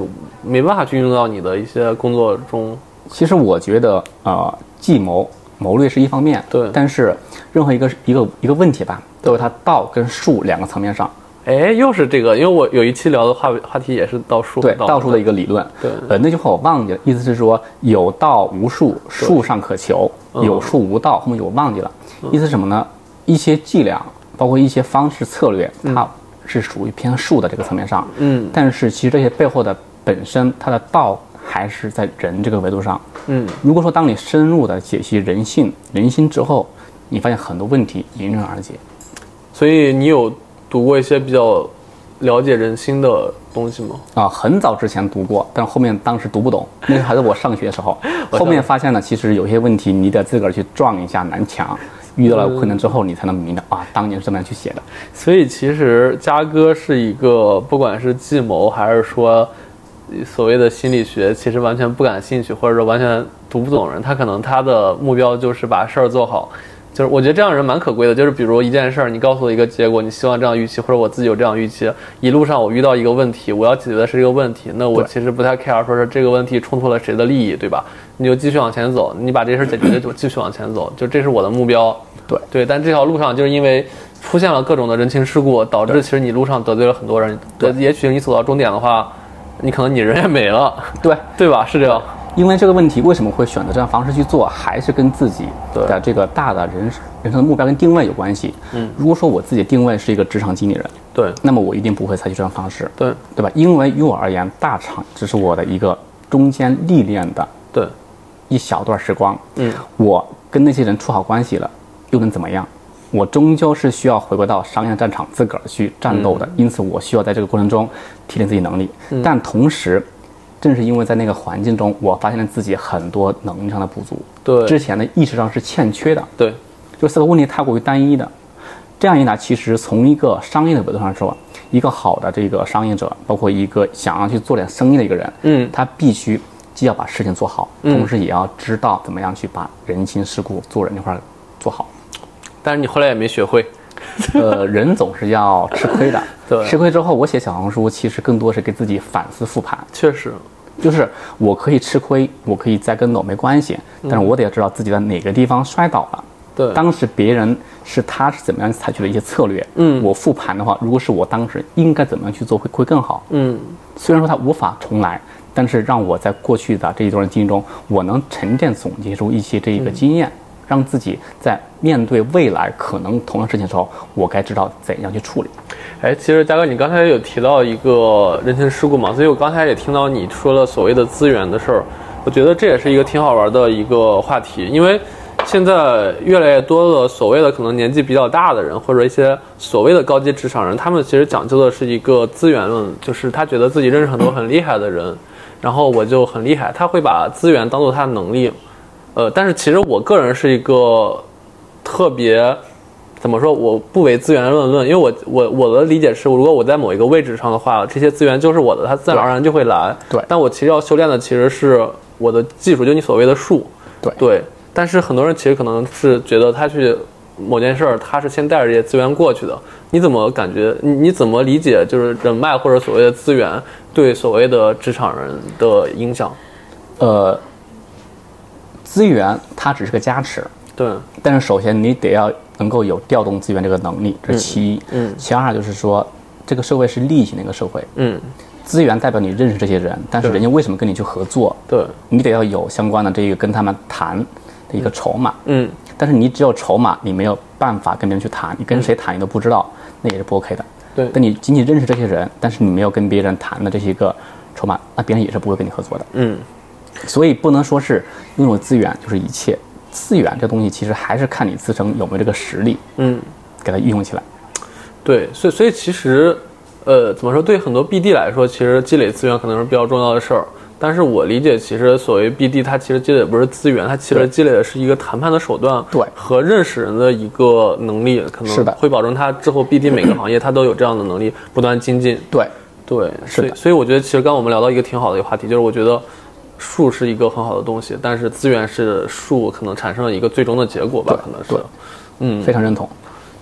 [SPEAKER 2] 没办法去用到你的一些工作中？
[SPEAKER 3] 其实我觉得，呃，计谋谋略是一方面，
[SPEAKER 2] 对
[SPEAKER 3] 但是任何一个一个一个问题吧，都有它道跟术两个层面上。
[SPEAKER 2] 哎，又是这个，因为我有一期聊的话话题也是道术，
[SPEAKER 3] 对，道术的一个理论。
[SPEAKER 2] 对
[SPEAKER 3] 呃，那句话我忘记了，意思是说有道无术，术上可求；
[SPEAKER 2] 嗯
[SPEAKER 3] 有术无道，后面我忘记了，意思是什么呢？一些伎俩，包括一些方式策略，它是属于偏术的这个层面上。
[SPEAKER 2] 嗯
[SPEAKER 3] 但是其实这些背后的本身，它的道还是在人这个维度上。
[SPEAKER 2] 嗯，
[SPEAKER 3] 如果说当你深入的解析人性、人心之后，你发现很多问题迎刃而解。
[SPEAKER 2] 所以你有读过一些比较了解人心的东西吗？
[SPEAKER 3] 啊，很早之前读过，但是后面当时读不懂，那是还是 <laughs> 我上学的时候。后面发现呢，其实有些问题你得自个儿去撞一下南墙，遇到了困难之后，你才能明白啊，当年是这么样去写的。
[SPEAKER 2] 所以其实嘉哥是一个，不管是计谋还是说所谓的心理学，其实完全不感兴趣，或者说完全读不懂的人。他可能他的目标就是把事儿做好，就是我觉得这样的人蛮可贵的。就是比如一件事儿，你告诉我一个结果，你希望这样预期，或者我自己有这样预期。一路上我遇到一个问题，我要解决的是这个问题，那我
[SPEAKER 3] 对
[SPEAKER 2] 其实不太 care 说是这个问题冲突了谁的利益，对吧？你就继续往前走，你把这事儿解决了就继续往前走，就这是我的目标。
[SPEAKER 3] 对
[SPEAKER 2] 对，但这条路上就是因为出现了各种的人情世故，导致其实你路上得罪了很多人。
[SPEAKER 3] 对
[SPEAKER 2] 也许你走到终点的话，你可能你人也没了，
[SPEAKER 3] 对，
[SPEAKER 2] 对吧？是这样。
[SPEAKER 3] 因为这个问题为什么会选择这样方式去做，还是跟自己
[SPEAKER 2] 对
[SPEAKER 3] 的这个大的人人生的目标跟定位有关系。嗯，如果说我自己的定位是一个职场经理人，
[SPEAKER 2] 对
[SPEAKER 3] 那么我一定不会采取这种方式，
[SPEAKER 2] 对
[SPEAKER 3] 对吧？因为于我而言，大厂只是我的一个中间历练的
[SPEAKER 2] 对，
[SPEAKER 3] 一小段时光，
[SPEAKER 2] 嗯，
[SPEAKER 3] 我跟那些人处好关系了，又能怎么样？我终究是需要回归到商业战场自个儿去战斗的，因此我需要在这个过程中提炼自己能力。但同时，正是因为在那个环境中，我发现了自己很多能力上的不足，
[SPEAKER 2] 对
[SPEAKER 3] 之前的意识上是欠缺的，
[SPEAKER 2] 对
[SPEAKER 3] 就思考问题太过于单一的。这样一来，其实从一个商业的维度上说，一个好的这个商业者，包括一个想要去做点生意的一个人，
[SPEAKER 2] 嗯
[SPEAKER 3] 他必须既要把事情做好，同时也要知道怎么样去把人情世故、做人这块儿做好。
[SPEAKER 2] 但是你后来也没学会。，
[SPEAKER 3] 呃，人总是要吃亏的
[SPEAKER 2] <laughs> 对
[SPEAKER 3] 吃亏之后，我写小红书其实更多是给自己反思复盘，
[SPEAKER 2] 确实，
[SPEAKER 3] 就是我可以吃亏，我可以栽跟斗没关系，但是我得知道自己在哪个地方摔倒了。
[SPEAKER 2] 嗯对
[SPEAKER 3] 当时别人是他是怎么样采取的一些策略，嗯，我复盘的话，如果是我当时应该怎么样去做会会更好。
[SPEAKER 2] 嗯，
[SPEAKER 3] 虽然说它无法重来，但是让我在过去的这一段经历中，我能沉淀总结出一些这个经验，让自己在面对未来可能同样事情的时候，我该知道怎样去处理。
[SPEAKER 2] 哎，其实嘉哥，你刚才有提到一个人情世故嘛，所以我刚才也听到你说了所谓的资源的事儿，我觉得这也是一个挺好玩的一个话题，因为现在越来越多的所谓的可能年纪比较大的人，或者一些所谓的高级职场人，他们其实讲究的是一个资源论，就是他觉得自己认识很多很厉害的人，然后我就很厉害，他会把资源当做他的能力，呃，但是其实我个人是一个特别。怎么说？我不为资源论论，因为我我我的理解是，如果我在某一个位置上的话，这些资源就是我的，它自然而然就会来。
[SPEAKER 3] 对
[SPEAKER 2] 但我其实要修炼的其实是我的技术，就你所谓的术。
[SPEAKER 3] 对
[SPEAKER 2] 对，但是很多人其实可能是觉得他去某件事儿，他是先带着这些资源过去的。你怎么感觉？你你怎么理解就是人脉或者所谓的资源对所谓的职场人的影响？
[SPEAKER 3] 呃，资源它只是个加持，
[SPEAKER 2] 对，
[SPEAKER 3] 但是首先你得要能够有调动资源这个能力，这是其一。
[SPEAKER 2] 嗯嗯
[SPEAKER 3] 其二就是说，这个社会是利益型的一个社会，
[SPEAKER 2] 嗯，
[SPEAKER 3] 资源代表你认识这些人，但是
[SPEAKER 2] 对
[SPEAKER 3] 人家为什么跟你去合作？
[SPEAKER 2] 对，
[SPEAKER 3] 你得要有相关的这个跟他们谈的一个筹码。
[SPEAKER 2] 嗯，
[SPEAKER 3] 但是你只有筹码，你没有办法跟别人去谈，你跟谁谈你都不知道，那也是不 OK 的。
[SPEAKER 2] 对
[SPEAKER 3] 但你仅仅认识这些人，但是你没有跟别人谈的这些个筹码，那别人也是不会跟你合作的。
[SPEAKER 2] 嗯，
[SPEAKER 3] 所以不能说是拥有资源就是一切，资源这东西其实还是看你自身有没有这个实力，
[SPEAKER 2] 嗯，
[SPEAKER 3] 给它运用起来。
[SPEAKER 2] 对，所以所以其实，呃，怎么说？对很多 BD 来说，其实积累资源可能是比较重要的事儿。但是我理解，其实所谓 BD，它其实积累不是资源，它其实
[SPEAKER 3] 对
[SPEAKER 2] 积累的是一个谈判的手段，
[SPEAKER 3] 对
[SPEAKER 2] 和认识人的一个能力，可能
[SPEAKER 3] 是的
[SPEAKER 2] 会保证它之后 BD 每个行业它都有这样的能力，不断精进。
[SPEAKER 3] 对，
[SPEAKER 2] 对，
[SPEAKER 3] 是
[SPEAKER 2] 所以
[SPEAKER 3] 的
[SPEAKER 2] 所以我觉得，其实刚刚我们聊到一个挺好的一个话题，就是我觉得数是一个很好的东西，但是资源是数可能产生了一个最终的结果吧，
[SPEAKER 3] 对
[SPEAKER 2] 可能是
[SPEAKER 3] 对。非常认同。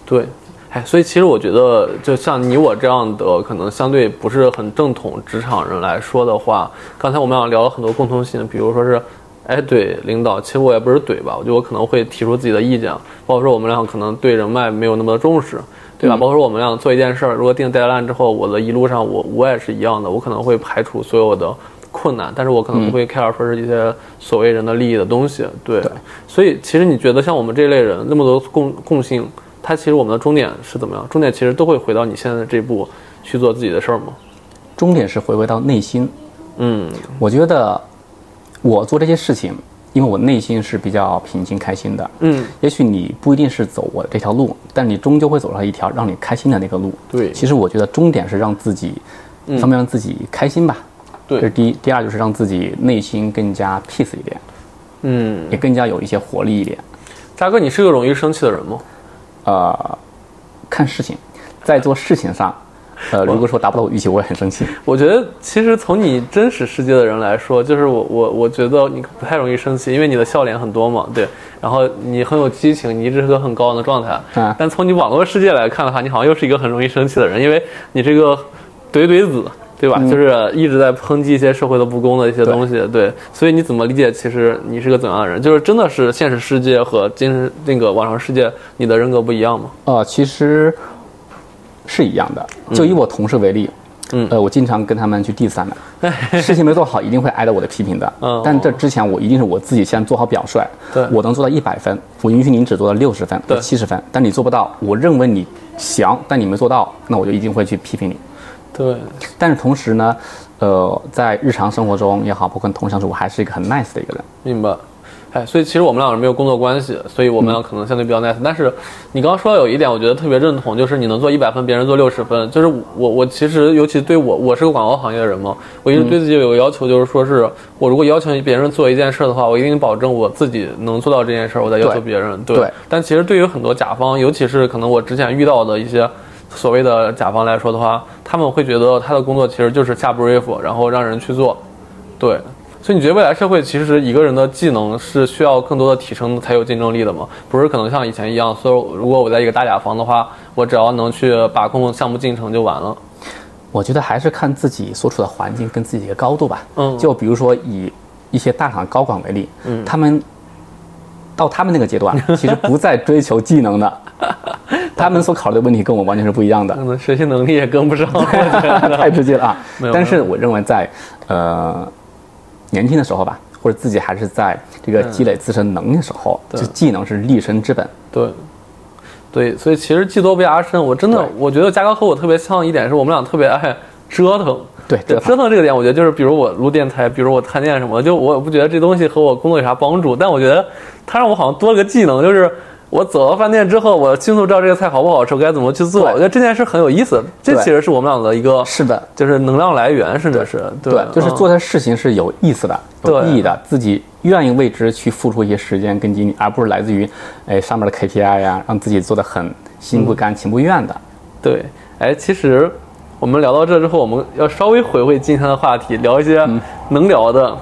[SPEAKER 2] 对，哎，所以其实我觉得，就像你我这样的，可能相对不是很正统职场人来说的话，刚才我们俩聊了很多共通性，比如说是，哎，怼领导，其实我也不是怼吧，我觉得我可能会提出自己的意见，包括说我们俩可能对人脉没有那么重视。对吧？包括说我们俩做一件事儿，如果定 deadline 之后，我的一路上我我也是一样的，我可能会排除所有的困难，但是我可能不会 care 说是一些所谓人的利益的东西。对，所以其实你觉得像我们这类人那么多共共性，它其实我们的终点是怎么样？终点其实都会回到你现在的这步去做自己的事儿吗？
[SPEAKER 3] 终点是回归到内心。
[SPEAKER 2] 嗯
[SPEAKER 3] 我觉得我做这些事情，因为我内心是比较平静开心的。
[SPEAKER 2] 嗯，
[SPEAKER 3] 也许你不一定是走我这条路，但你终究会走上一条让你开心的那个路。
[SPEAKER 2] 对
[SPEAKER 3] 其实我觉得终点是让自己，一方面让自己开心吧，
[SPEAKER 2] 嗯对
[SPEAKER 3] 这是第一。第二就是让自己内心更加 peace 一点，
[SPEAKER 2] 嗯，
[SPEAKER 3] 也更加有一些活力一点。
[SPEAKER 2] 大哥，你是个容易生气的人吗？
[SPEAKER 3] 呃，看事情，在做事情上，呃，如果说达不到我预期，我也很生气。
[SPEAKER 2] 我觉得其实从你真实世界的人来说，就是我我我觉得你不太容易生气，因为你的笑脸很多嘛，对，然后你很有激情，你一直是个很高昂的状态。
[SPEAKER 3] 啊
[SPEAKER 2] 但从你网络世界来看的话，你好像又是一个很容易生气的人，因为你这个怼怼子，对吧？就是一直在抨击一些社会的不公的一些东西，嗯对。所以你怎么理解？其实你是个怎样的人？就是真的是现实世界和精神那个网上世界，你的人格不一样吗？
[SPEAKER 3] 呃，其实是一样的。就以我同事为例，
[SPEAKER 2] 嗯
[SPEAKER 3] 呃，我经常跟他们去 diss
[SPEAKER 2] <laughs>
[SPEAKER 3] 他们，事情没做好一定会挨到我的批评的。
[SPEAKER 2] 嗯
[SPEAKER 3] 但这之前我一定是我自己先做好表率。
[SPEAKER 2] 对
[SPEAKER 3] 我能做到一百分，我允许您只做到六十分
[SPEAKER 2] 对、
[SPEAKER 3] 七十分，但你做不到，我认为你行，但你没做到，那我就一定会去批评你。
[SPEAKER 2] 对，
[SPEAKER 3] 但是同时呢，呃，在日常生活中也好，包括跟同事相处，我还是一个很 nice 的一个人。
[SPEAKER 2] 明白。哎，所以其实我们两个人没有工作关系，所以我们俩可能相对比较 nice、但是你刚刚说到有一点，我觉得特别认同，就是你能做一百分，别人做六十分。就是我我其实尤其对我，我是个广告行业的人嘛，我一直对自己有个要求，就是说是我如果要求别人做一件事儿的话，我一定保证我自己能做到这件事儿，我再要求
[SPEAKER 3] 对
[SPEAKER 2] 别人。对
[SPEAKER 3] 对
[SPEAKER 2] 但其实对于很多甲方，尤其是可能我之前遇到的一些所谓的甲方来说的话，他们会觉得他的工作其实就是下 brief，然后让人去做。对，所以你觉得未来社会其实一个人的技能是需要更多的提升才有竞争力的吗？不是可能像以前一样，所以如果我在一个大甲方的话，我只要能去把控项目进程就完了。
[SPEAKER 3] 我觉得还是看自己所处的环境跟自己的高度吧。
[SPEAKER 2] 嗯
[SPEAKER 3] 就比如说以一些大厂高管为例，嗯，他们到他们那个阶段，其实不再追求技
[SPEAKER 2] <laughs>
[SPEAKER 3] 能的，他们所考虑的问题跟我们完全是不一样的
[SPEAKER 2] 可，能学习能力也跟
[SPEAKER 3] <laughs>
[SPEAKER 2] 不上。我觉得
[SPEAKER 3] 太直接了啊
[SPEAKER 2] 没有。
[SPEAKER 3] 但是我认为在呃年轻的时候吧，或者自己还是在这个积累自身能力的时候，
[SPEAKER 2] 嗯对
[SPEAKER 3] 就技能是立身之本。
[SPEAKER 2] 对，对，所以其实技多不压身。我真的
[SPEAKER 3] 对，
[SPEAKER 2] 我觉得嘉哥和我特别像一点是我们俩特别爱折腾。
[SPEAKER 3] 对
[SPEAKER 2] 对
[SPEAKER 3] 折腾
[SPEAKER 2] 折腾这个点，我觉得就是，比如我录电台，比如我探店什么的，就我也不觉得这东西和我工作有啥帮助，但我觉得它让我好像多了个技能，就是我走到饭店之后，我迅速知道这个菜好不好吃，我该怎么去做。
[SPEAKER 3] 对
[SPEAKER 2] 我觉得这件事很有意思，这
[SPEAKER 3] 对
[SPEAKER 2] 其实是我们俩的一个
[SPEAKER 3] 是的，
[SPEAKER 2] 就是能量来源，甚至是对
[SPEAKER 3] 对，就是
[SPEAKER 2] 嗯
[SPEAKER 3] 做的事情是有意思的、有
[SPEAKER 2] 对
[SPEAKER 3] 意义的，自己愿意为之去付出一些时间跟精力，而不是来自于，哎上面的 KPI 呀、让自己做的很心不甘情不愿的。
[SPEAKER 2] 对，哎，其实我们聊到这之后，我们要稍微回回今天的话题，聊一些能聊的。呃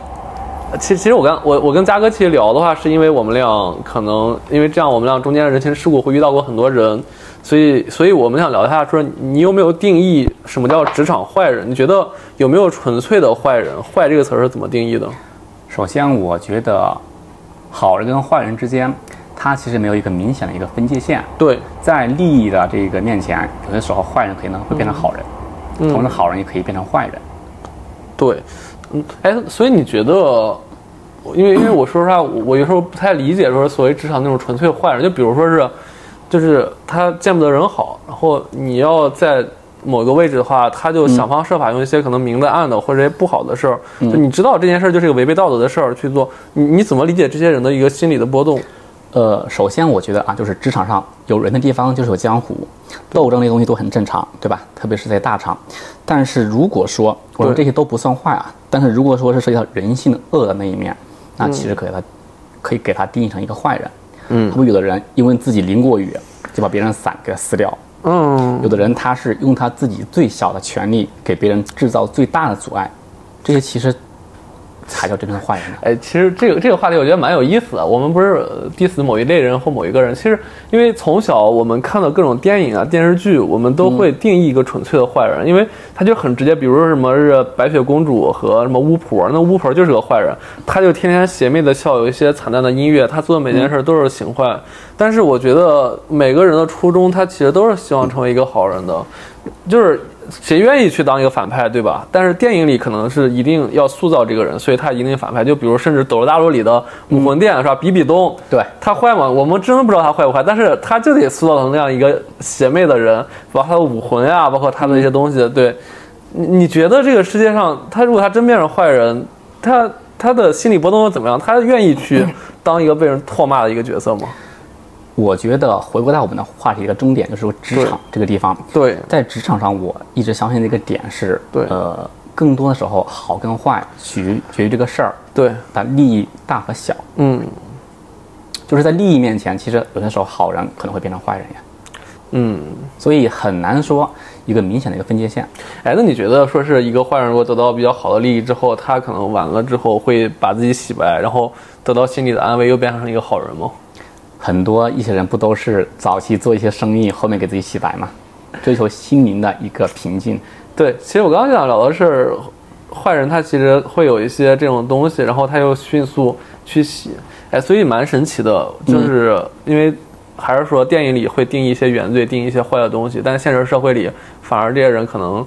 [SPEAKER 2] 其其实我跟我我跟嘉哥其实聊的话，是因为我们俩可能因为这样，我们俩中间的人情世故会遇到过很多人，所以所以我们想聊一下，说你有没有定义什么叫职场坏人？你觉得有没有纯粹的坏人？坏这个词儿是怎么定义的？
[SPEAKER 3] 首先，我觉得好人跟坏人之间，它其实没有一个明显的一个分界线。
[SPEAKER 2] 对，
[SPEAKER 3] 在利益的这个面前，有些时候坏人可能会变成好人，
[SPEAKER 2] 嗯
[SPEAKER 3] 同时好人也可以变成坏人。
[SPEAKER 2] 对，嗯，哎，所以你觉得，因为因为我说实话，我我有时候不太理解，说所谓职场那种纯粹坏人，就比如说是，就是他见不得人好，然后你要在某个位置的话，他就想方设法用一些可能明的、暗的或者一些不好的事儿，就你知道这件事儿就是一个违背道德的事儿去做，你你怎么理解这些人的一个心理的波动？
[SPEAKER 3] 呃，首先我觉得啊，就是职场上有人的地方就是有江湖，斗争这东西都很正常，对吧？特别是在大厂。但是如果说我说
[SPEAKER 2] 对
[SPEAKER 3] 这些都不算坏啊，但是如果说是涉及到人性的恶的那一面，那
[SPEAKER 2] 嗯
[SPEAKER 3] 其实可以给他、可以给他定义成一个坏人。嗯，他们有的人因为自己淋过雨，就把别人的伞给他撕掉。
[SPEAKER 2] 嗯，
[SPEAKER 3] 有的人他是用他自己最小的权利给别人制造最大的阻碍，这些其实才叫真正的坏人呢。
[SPEAKER 2] 哎，其实这个这个话题我觉得蛮有意思的。我们不是呃 diss 某一类人或某一个人，其实因为从小我们看的各种电影啊、电视剧，我们都会定义一个纯粹的坏人，因为他就很直接，比如说什么是白雪公主和什么巫婆，那巫婆就是个坏人，她就天天邪魅的笑，有一些惨淡的音乐，她做的每件事都是行坏。但是我觉得每个人的初衷，他其实都是希望成为一个好人的。就是谁愿意去当一个反派，对吧？但是电影里可能是一定要塑造这个人，所以他一定反派。就比如甚至《斗罗大陆》里的武魂殿、是吧？比比东，
[SPEAKER 3] 对
[SPEAKER 2] 他坏吗？我们真的不知道他坏不坏，但是他就得塑造成那样一个邪魅的人，包括他的武魂呀、包括他的一些东西。对，你你觉得这个世界上，他如果他真变成坏人，他他的心理波动又怎么样？他愿意去 <laughs> 当一个被人唾骂的一个角色吗？
[SPEAKER 3] 我觉得回归到我们的话题的终点，就是说职场这个地方。
[SPEAKER 2] 对，
[SPEAKER 3] 在职场上，我一直相信的一个点是，
[SPEAKER 2] 对
[SPEAKER 3] 呃，更多的时候好跟坏取决于取决于这个事儿
[SPEAKER 2] 对，
[SPEAKER 3] 它利益大和小。
[SPEAKER 2] 嗯
[SPEAKER 3] 就是在利益面前，其实有些时候好人可能会变成坏人呀，
[SPEAKER 2] 嗯。
[SPEAKER 3] 所以很难说一个明显的一个分界线。
[SPEAKER 2] 哎，那你觉得说是一个坏人如果得到比较好的利益之后，他可能完了之后会把自己洗白，然后得到心理的安慰，又变成一个好人吗？
[SPEAKER 3] 很多一些人不都是早期做一些生意，后面给自己洗白吗？追求心灵的一个平静。
[SPEAKER 2] 对，其实我刚刚想聊的是，坏人他其实会有一些这种东西，然后他又迅速去洗，哎，所以蛮神奇的，
[SPEAKER 3] 嗯
[SPEAKER 2] 就是因为还是说电影里会定义一些原罪，定义一些坏的东西，但是现实社会里反而这些人可能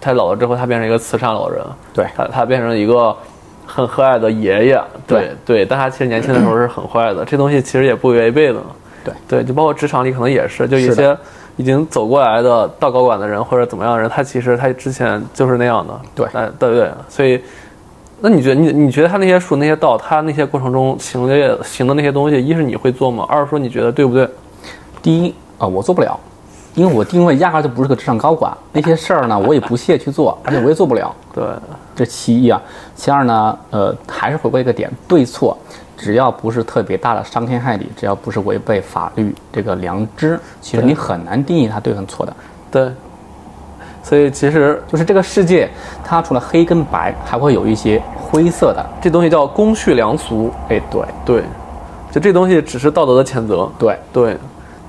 [SPEAKER 2] 他老了之后，他变成一个慈善老人，
[SPEAKER 3] 对
[SPEAKER 2] 他他变成一个很和蔼的爷爷，对
[SPEAKER 3] 对
[SPEAKER 2] 对，但他其实年轻的时候是很坏的，这东西其实也不违背的，
[SPEAKER 3] 对
[SPEAKER 2] 对，就包括职场里可能也是，就一
[SPEAKER 3] 是
[SPEAKER 2] 些
[SPEAKER 3] 的
[SPEAKER 2] 已经走过来的到高管的人或者怎么样的人，他其实他之前就是那样的，
[SPEAKER 3] 对
[SPEAKER 2] 哎对对，所以。那你觉得你你觉得他那些术那些道，他那些过程中行的行的那些东西，一是你会做吗？二是说你觉得对不对？
[SPEAKER 3] 第一啊、呃我做不了，因为我定位压根儿就不是个职场高管，那些事儿呢，我也不屑去做，而且我也做不了，
[SPEAKER 2] 对，
[SPEAKER 3] 这其一啊。其二呢，呃，还是回归一个点，对错，只要不是特别大的伤天害理，只要不是违背法律这个良知，其实你很难定义它对和错的。
[SPEAKER 2] 对，所以其实
[SPEAKER 3] 就是这个世界，它除了黑跟白，还会有一些灰色的。
[SPEAKER 2] 这东西叫公序良俗，
[SPEAKER 3] 哎，对
[SPEAKER 2] 对，就这东西只是道德的谴责，
[SPEAKER 3] 对，
[SPEAKER 2] 对，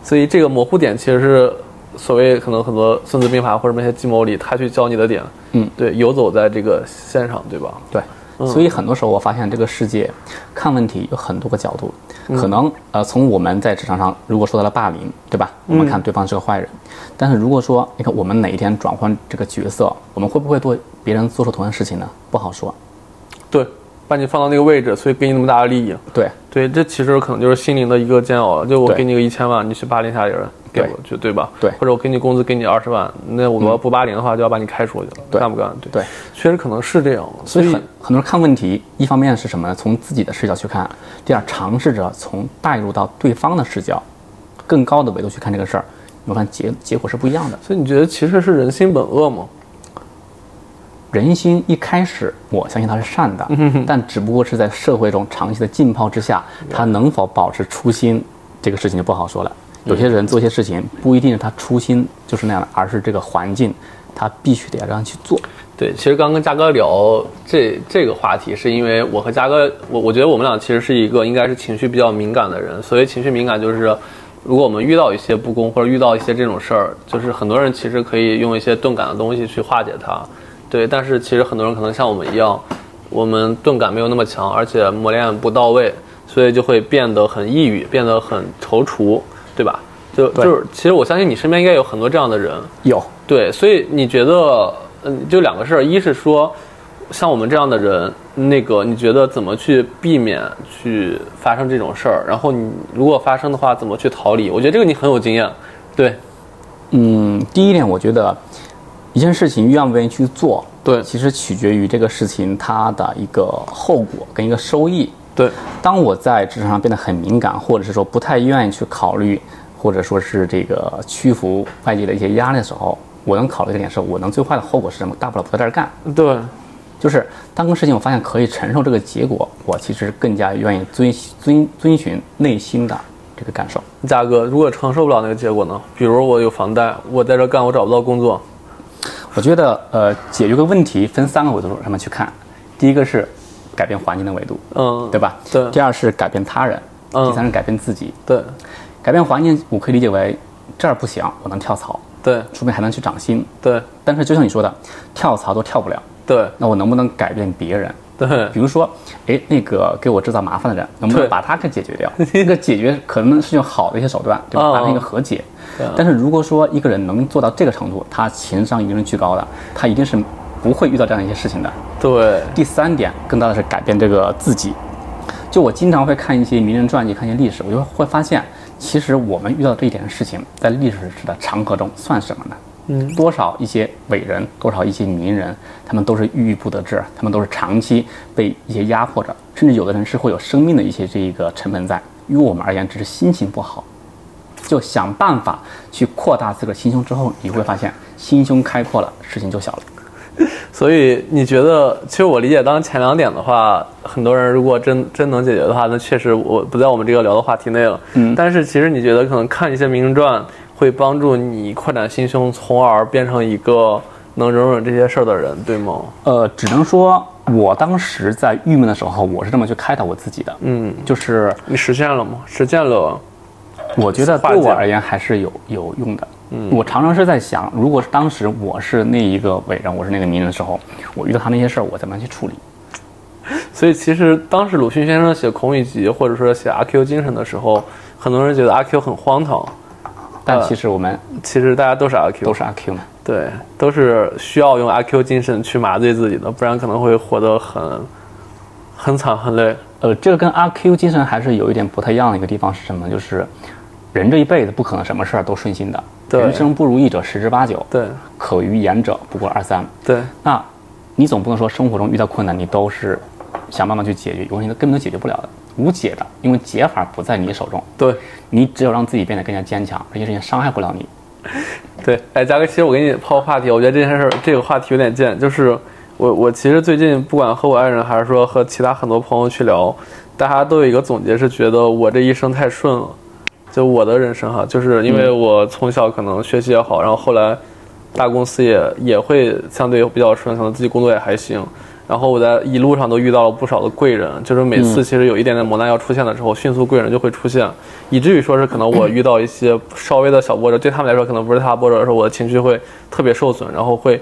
[SPEAKER 2] 所以这个模糊点其实是所谓可能很多《孙子兵法》或者那些计谋里他去教你的点，
[SPEAKER 3] 嗯，
[SPEAKER 2] 对，游走在这个线上，对吧？
[SPEAKER 3] 对，
[SPEAKER 2] 嗯
[SPEAKER 3] 所以很多时候我发现这个世界看问题有很多个角度，
[SPEAKER 2] 嗯
[SPEAKER 3] 可能呃从我们在职场上如果受到了霸凌，对吧？
[SPEAKER 2] 嗯
[SPEAKER 3] 我们看对方是个坏人，但是如果说你看我们哪一天转换这个角色，我们会不会对别人做出同样的事情呢？不好说。
[SPEAKER 2] 对，把你放到那个位置，所以给你那么大的利益，
[SPEAKER 3] 对，
[SPEAKER 2] 对，这其实可能就是心灵的一个煎熬了。就我
[SPEAKER 3] 对
[SPEAKER 2] 给你个一千万，你去霸凌一下人，给
[SPEAKER 3] 对
[SPEAKER 2] 我去，对吧？
[SPEAKER 3] 对
[SPEAKER 2] 或者我给你工资给你二十万，那我要不霸凌的话，就要把你开除去了，
[SPEAKER 3] 对
[SPEAKER 2] 干不干？对，
[SPEAKER 3] 对，
[SPEAKER 2] 确实可能是这样，所
[SPEAKER 3] 所以
[SPEAKER 2] 以
[SPEAKER 3] 很很多人看问题，一方面是什么呢？从自己的视角去看；第二，尝试着从带入到对方的视角，更高的维度去看这个事儿，你会发现结结果是不一样的。
[SPEAKER 2] 所以你觉得其实是人心本恶吗？
[SPEAKER 3] 人心一开始，我相信它是善的，但只不过是在社会中长期的浸泡之下，他能否保持初心，这个事情就不好说了。有些人做一些事情，不一定是他初心就是那样的，而是这个环境，他必须得要这样去做。
[SPEAKER 2] 对，其实刚跟嘉哥聊这这个话题，是因为我和嘉哥，我我觉得我们俩其实是一个应该是情绪比较敏感的人。所谓情绪敏感，就是如果我们遇到一些不公或者遇到一些这种事儿，就是很多人其实可以用一些钝感的东西去化解它。对，但是其实很多人可能像我们一样，我们钝感没有那么强，而且磨练不到位，所以就会变得很抑郁，变得很踌躇，对吧？就
[SPEAKER 3] 对
[SPEAKER 2] 就是，其实我相信你身边应该有很多这样的人。
[SPEAKER 3] 有，
[SPEAKER 2] 对，所以你觉得，嗯，就两个事儿，一是说，像我们这样的人，那个你觉得怎么去避免去发生这种事儿？然后你如果发生的话，怎么去逃离？我觉得这个你很有经验，对，
[SPEAKER 3] 嗯，第一点，我觉得一件事情愿不愿意去做，
[SPEAKER 2] 对
[SPEAKER 3] 其实取决于这个事情它的一个后果跟一个收益。
[SPEAKER 2] 对，
[SPEAKER 3] 当我在职场上变得很敏感，或者是说不太愿意去考虑，或者说是这个屈服外界的一些压力的时候，我能考虑一个点是，我能最坏的后果是什么？大不了不在这儿干。
[SPEAKER 2] 对，
[SPEAKER 3] 就是当个事情我发现可以承受这个结果，我其实更加愿意遵遵遵循内心的这个感受。
[SPEAKER 2] 嘉哥，如果承受不了那个结果呢？比如我有房贷，我在这干，我找不到工作，
[SPEAKER 3] 我觉得呃，解决个问题分三个维度上面去看，第一个是改变环境的维度，
[SPEAKER 2] 嗯，
[SPEAKER 3] 对吧？
[SPEAKER 2] 对
[SPEAKER 3] 第二是改变他人，
[SPEAKER 2] 嗯
[SPEAKER 3] 第三是改变自己。
[SPEAKER 2] 对
[SPEAKER 3] 改变环境，我可以理解为这儿不行，我能跳槽，
[SPEAKER 2] 对
[SPEAKER 3] 说明还能去涨薪。
[SPEAKER 2] 对
[SPEAKER 3] 但是就像你说的，跳槽都跳不了，
[SPEAKER 2] 对
[SPEAKER 3] 那我能不能改变别人？
[SPEAKER 2] 对
[SPEAKER 3] 比如说，哎，那个给我制造麻烦的人，能不
[SPEAKER 2] 对
[SPEAKER 3] 能把他给解决掉？那个解决可能是用好的一些手段，对吧？
[SPEAKER 2] 哦
[SPEAKER 3] 达成一个和解。但是如果说一个人能做到这个程度，他情商一定是巨高的，他一定是不会遇到这样一些事情的。
[SPEAKER 2] 对，
[SPEAKER 3] 第三点，更大的是改变这个自己。就我经常会看一些名人传记，看一些历史，我就会发现，其实我们遇到这一点的事情，在历史的长河中算什么呢？嗯，多少一些伟人，多少一些名人，他们都是郁郁不得志，他们都是长期被一些压迫着，甚至有的人是会有生命的一些这一个成分在。于我们而言，只是心情不好，就想办法去扩大自个儿心胸之后，你会发现心胸开阔了，事情就小了。
[SPEAKER 2] 所以你觉得，其实我理解，当前两点的话，很多人如果真真能解决的话，那确实我不在我们这个聊的话题内了。嗯，但是其实你觉得，可能看一些名人传会帮助你扩展心胸，从而变成一个能容忍这些事儿的人，对吗？
[SPEAKER 3] 呃，只能说我当时在郁闷的时候，我是这么去开导我自己的。
[SPEAKER 2] 嗯，
[SPEAKER 3] 就是
[SPEAKER 2] 你实现了吗？实现了。
[SPEAKER 3] 我觉得
[SPEAKER 2] 化
[SPEAKER 3] 对我
[SPEAKER 2] 解
[SPEAKER 3] 而言还是有有用的。嗯，我常常是在想，如果是当时我是那一个伟人，我是那个名人的时候，我遇到他那些事儿，我怎么去处理？
[SPEAKER 2] 所以其实当时鲁迅先生写《孔乙己》或者说写《阿 Q 精神》的时候，很多人觉得阿 Q 很荒唐，
[SPEAKER 3] 但
[SPEAKER 2] 呃
[SPEAKER 3] 其实我们
[SPEAKER 2] 其实大家都是阿 Q，
[SPEAKER 3] 都是阿 Q 嘛。
[SPEAKER 2] 对，都是需要用阿 Q 精神去麻醉自己的，不然可能会活得很很惨很累。
[SPEAKER 3] 呃，这个跟阿 Q 精神还是有一点不太一样的一个地方是什么？就是人这一辈子不可能什么事儿都顺心的，
[SPEAKER 2] 对
[SPEAKER 3] 人生不如意者十之八九，
[SPEAKER 2] 对
[SPEAKER 3] 可于言者不过二三。
[SPEAKER 2] 对
[SPEAKER 3] 那你总不能说生活中遇到困难，你都是想办法去解决，有问题都根本都解决不了的，无解的，因为解法不在你手中。
[SPEAKER 2] 对
[SPEAKER 3] 你只有让自己变得更加坚强，这些事情伤害不了你。
[SPEAKER 2] 对，哎，嘉哥，其实我给你抛个话题，我觉得这件事儿这个话题有点贱，就是我我其实最近不管和我爱人还是说和其他很多朋友去聊，大家都有一个总结是觉得我这一生太顺了，就我的人生哈，就是因为我从小可能学习也好，然后后来大公司也也会相对比较顺，可能自己工作也还行。然后我在一路上都遇到了不少的贵人，就是每次其实有一点点磨难要出现的时候，迅速贵人就会出现，以至于说是可能我遇到一些稍微的小波折，对他们来说可能不是太大波折的时候，我的情绪会特别受损，然后会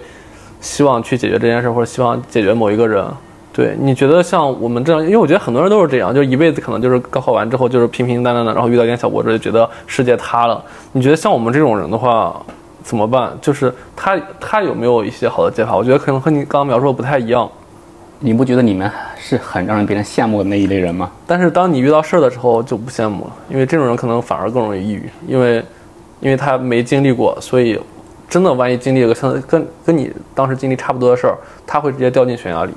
[SPEAKER 2] 希望去解决这件事，或者希望解决某一个人。对，你觉得像我们这样，因为我觉得很多人都是这样，就是一辈子可能就是高考完之后就是平平淡淡的，然后遇到一点小波折就觉得世界塌了。你觉得像我们这种人的话，怎么办？就是他他有没有一些好的解法？我觉得可能和你刚刚描述的不太一样。
[SPEAKER 3] 你不觉得你们是很让人别人羡慕的那一类人吗？
[SPEAKER 2] 但是当你遇到事儿的时候就不羡慕了，因为这种人可能反而更容易抑郁，因为因为他没经历过，所以真的万一经历了个像跟跟你当时经历差不多的事儿，他会直接掉进悬崖里。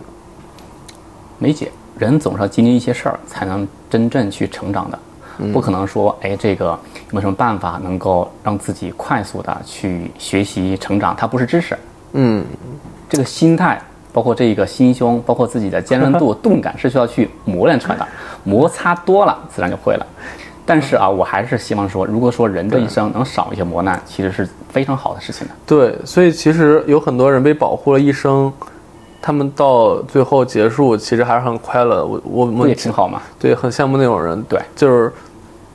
[SPEAKER 3] 没解，人总是要经历一些事儿，才能真正去成长的。不可能说，哎，这个有没有什么办法能够让自己快速的去学习成长？它不是知识，
[SPEAKER 2] 嗯，
[SPEAKER 3] 这个心态，包括这个心胸，包括自己的坚韧
[SPEAKER 2] <laughs>
[SPEAKER 3] 度、钝感，是需要去磨练出来的。摩擦多了，自然就会了。但是啊，我还是希望说，如果说人这一生能少一些磨难，其实是非常好的事情的。
[SPEAKER 2] 对，所以其实有很多人被保护了一生，他们到最后结束其实还是很快乐的。我我
[SPEAKER 3] 不
[SPEAKER 2] 我
[SPEAKER 3] 也挺好吗？
[SPEAKER 2] 对很羡慕那种人。
[SPEAKER 3] 对，
[SPEAKER 2] 就是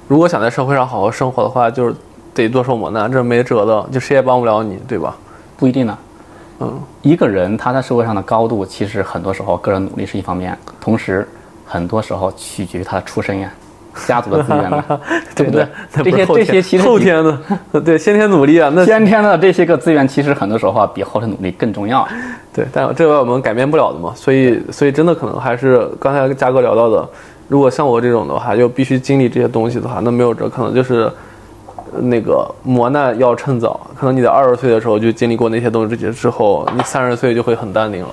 [SPEAKER 2] 如果想在社会上好好生活的话，就是得多受磨难，这没辙的，就谁也帮不了你，对吧？
[SPEAKER 3] 不一定呢。
[SPEAKER 2] 嗯，
[SPEAKER 3] 一个人他在社会上的高度，其实很多时候个人努力是一方面，同时很多时候取决于他的出身
[SPEAKER 2] <laughs>
[SPEAKER 3] 呀、家族的资源啊对不对
[SPEAKER 2] 那不是后
[SPEAKER 3] 这些
[SPEAKER 2] 天
[SPEAKER 3] 这些其实
[SPEAKER 2] 后天的， <laughs> 对，先天努力啊，那
[SPEAKER 3] 先天的这些个资源，其实很多时候啊比后天努力更重要。
[SPEAKER 2] 对，但这个我们改变不了的嘛，所以所以真的可能还是刚才嘉哥聊到的，如果像我这种的话，又必须经历这些东西的话，那没有辙，可能就是那个磨难要趁早，可能你在二十岁的时候就经历过那些东西之后，你三十岁就会很淡定了。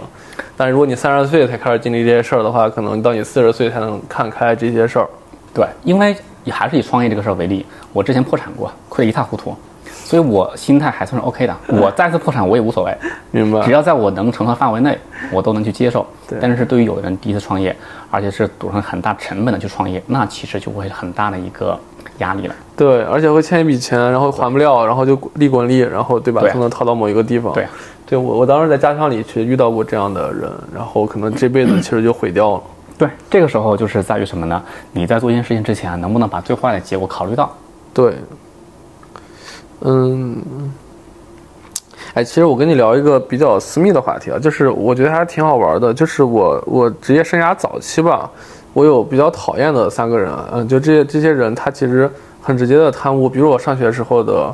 [SPEAKER 2] 但如果你三十岁才开始经历这些事儿的话，可能到你四十岁才能看开这些事儿。
[SPEAKER 3] 对，因为也还是以创业这个事儿为例，我之前破产过，亏得一塌糊涂，所以我心态还算是 OK 的。我再次破产我也无所谓，
[SPEAKER 2] 明白
[SPEAKER 3] 只？要在我能承受范围内，我都能去接受
[SPEAKER 2] 嗯对。
[SPEAKER 3] 但是对于有的人第一次创业，而且是赌上很大成本的去创业，那其实就会很大的一个压力了。
[SPEAKER 2] 对，而且会欠一笔钱，然后还不了，然后就利滚利，然后对吧？
[SPEAKER 3] 对啊
[SPEAKER 2] 才能逃到某一个地方。
[SPEAKER 3] 对，啊
[SPEAKER 2] 对我我当时在家乡里去遇到过这样的人，然后可能这辈子其实就毁掉了。
[SPEAKER 3] 对，这个时候就是在于什么呢？你在做一件事情之前，啊能不能把最坏的结果考虑到？
[SPEAKER 2] 对，嗯，哎，其实我跟你聊一个比较私密的话题啊，就是我觉得还挺好玩的，就是我我职业生涯早期吧，我有比较讨厌的三个人，嗯，就这些这些人他其实很直接的贪污，比如我上学时候的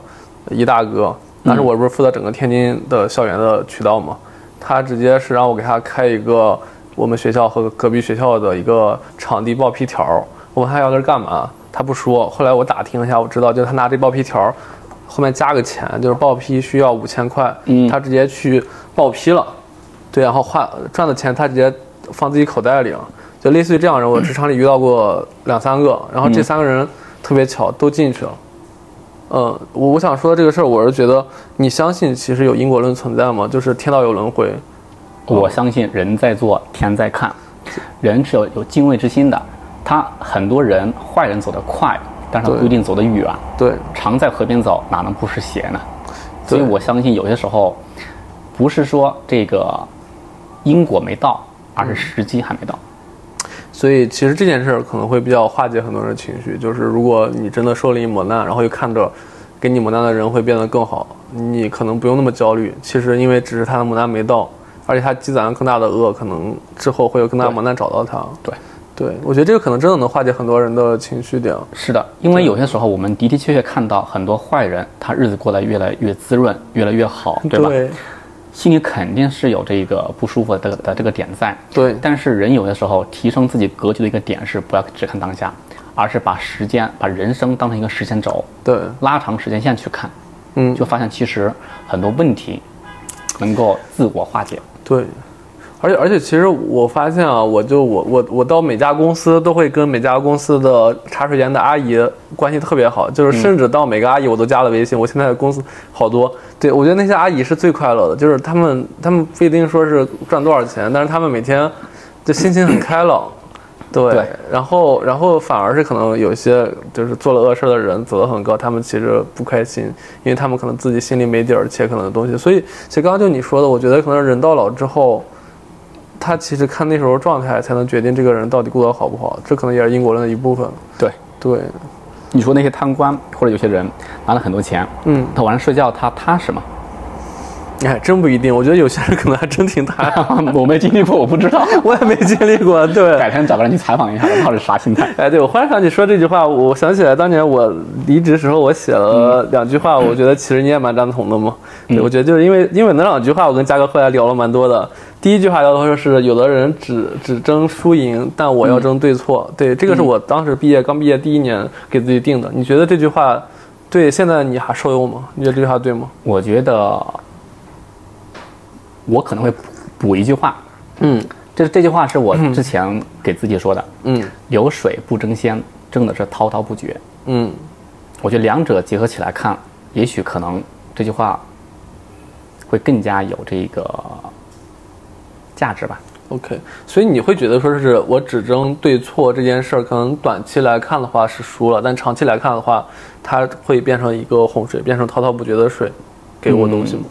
[SPEAKER 2] 一大哥，当时我不是负责整个天津的校园的渠道嘛，他直接是让我给他开一个我们学校和隔壁学校的一个场地报批条儿。我问他要这是干嘛，他不说。后来我打听了一下，我知道就是他拿这报批条儿后面加个钱，就是报批需要五千块，
[SPEAKER 3] 嗯
[SPEAKER 2] 他直接去报批了，对，然后换赚的钱他直接放自己口袋里了。就类似于这样的人，我职场里遇到过两三个，然后这三个人特别巧，都进去了。嗯，我我想说的这个事儿，我是觉得你相信其实有因果论存在吗？就是天道有轮回，
[SPEAKER 3] 我相信人在做，天在看，人是有有敬畏之心的。他很多人坏人走得快，但是他
[SPEAKER 2] 对
[SPEAKER 3] 不一定走得远。
[SPEAKER 2] 对，
[SPEAKER 3] 常在河边走，哪能不湿鞋呢？所以
[SPEAKER 2] 对
[SPEAKER 3] 我相信有些时候，不是说这个因果没到，而是时机还没到。
[SPEAKER 2] 所以其实这件事儿可能会比较化解很多人的情绪，就是如果你真的受了一磨难，然后又看着给你磨难的人会变得更好，你可能不用那么焦虑。其实因为只是他的磨难没到，而且他积攒了更大的恶，可能之后会有更大的磨难找到他。
[SPEAKER 3] 对
[SPEAKER 2] 对，我觉得这个可能真的能化解很多人的情绪点。
[SPEAKER 3] 是的，因为有些时候我们的的确确看到很多坏人，他日子过得越来越滋润，越来越好，对吧？
[SPEAKER 2] 对
[SPEAKER 3] 心里肯定是有这个不舒服的的这个点在。
[SPEAKER 2] 对
[SPEAKER 3] 但是人有些时候提升自己格局的一个点是，不要只看当下，而是把时间、把人生当成一个时间轴，
[SPEAKER 2] 对，
[SPEAKER 3] 拉长时间线去看，
[SPEAKER 2] 嗯，
[SPEAKER 3] 就发现其实很多问题能够自我化解。
[SPEAKER 2] 对，而且而且，其实我发现啊，我就我我我到每家公司都会跟每家公司的茶水间的阿姨关系特别好，就是甚至到每个阿姨我都加了微信。我现在的公司好多，对我觉得那些阿姨是最快乐的，就是他们他们不一定说是赚多少钱，但是他们每天就心情很开朗。对，
[SPEAKER 3] 对
[SPEAKER 2] 然后然后反而是可能有些就是做了恶事儿的人走得很高，他们其实不开心，因为他们可能自己心里没底儿，且可能的东西。所以其实刚刚就你说的，我觉得可能人到老之后，他其实看那时候状态才能决定这个人到底过得好不好，这可能也是因果论的一部分。
[SPEAKER 3] 对，
[SPEAKER 2] 对，
[SPEAKER 3] 你说那些贪官或者有些人拿了很多钱，
[SPEAKER 2] 嗯，
[SPEAKER 3] 他晚上睡觉他踏实吗？
[SPEAKER 2] 哎，真不一定。我觉得有些人可能还真挺踏实，
[SPEAKER 3] <laughs> 我没经历过，我不知道。
[SPEAKER 2] <laughs>
[SPEAKER 3] <laughs>
[SPEAKER 2] 我也没经历过。对，
[SPEAKER 3] 改天找个人去采访一下，到底是啥心态？
[SPEAKER 2] <laughs> 哎，对，我忽然想起说这句话，我想起来当年我离职时候，我写了两句话，我觉得其实你也蛮赞同的嘛。对，我觉得就是因为因为那两句话，我跟嘉哥后来聊了蛮多的。第一句话聊的是有的人只只争输赢，但我要争对错。对，这个是我当时毕业刚毕业第一年给自己定的。你觉得这句话对现在你还受用吗？你觉得这句话对吗？
[SPEAKER 3] 我觉得我可能会补补一句话，
[SPEAKER 2] 嗯
[SPEAKER 3] 这这句话是我之前给自己说的：
[SPEAKER 2] 嗯
[SPEAKER 3] 流水不争先，争的是滔滔不绝。
[SPEAKER 2] 嗯，
[SPEAKER 3] 我觉得两者结合起来看，也许可能这句话会更加有这个价值吧。
[SPEAKER 2] OK，所以你会觉得说是我只争对错这件事儿，可能短期来看的话是输了，但长期来看的话，它会变成一个洪水，变成滔滔不绝的水，给我东西吗？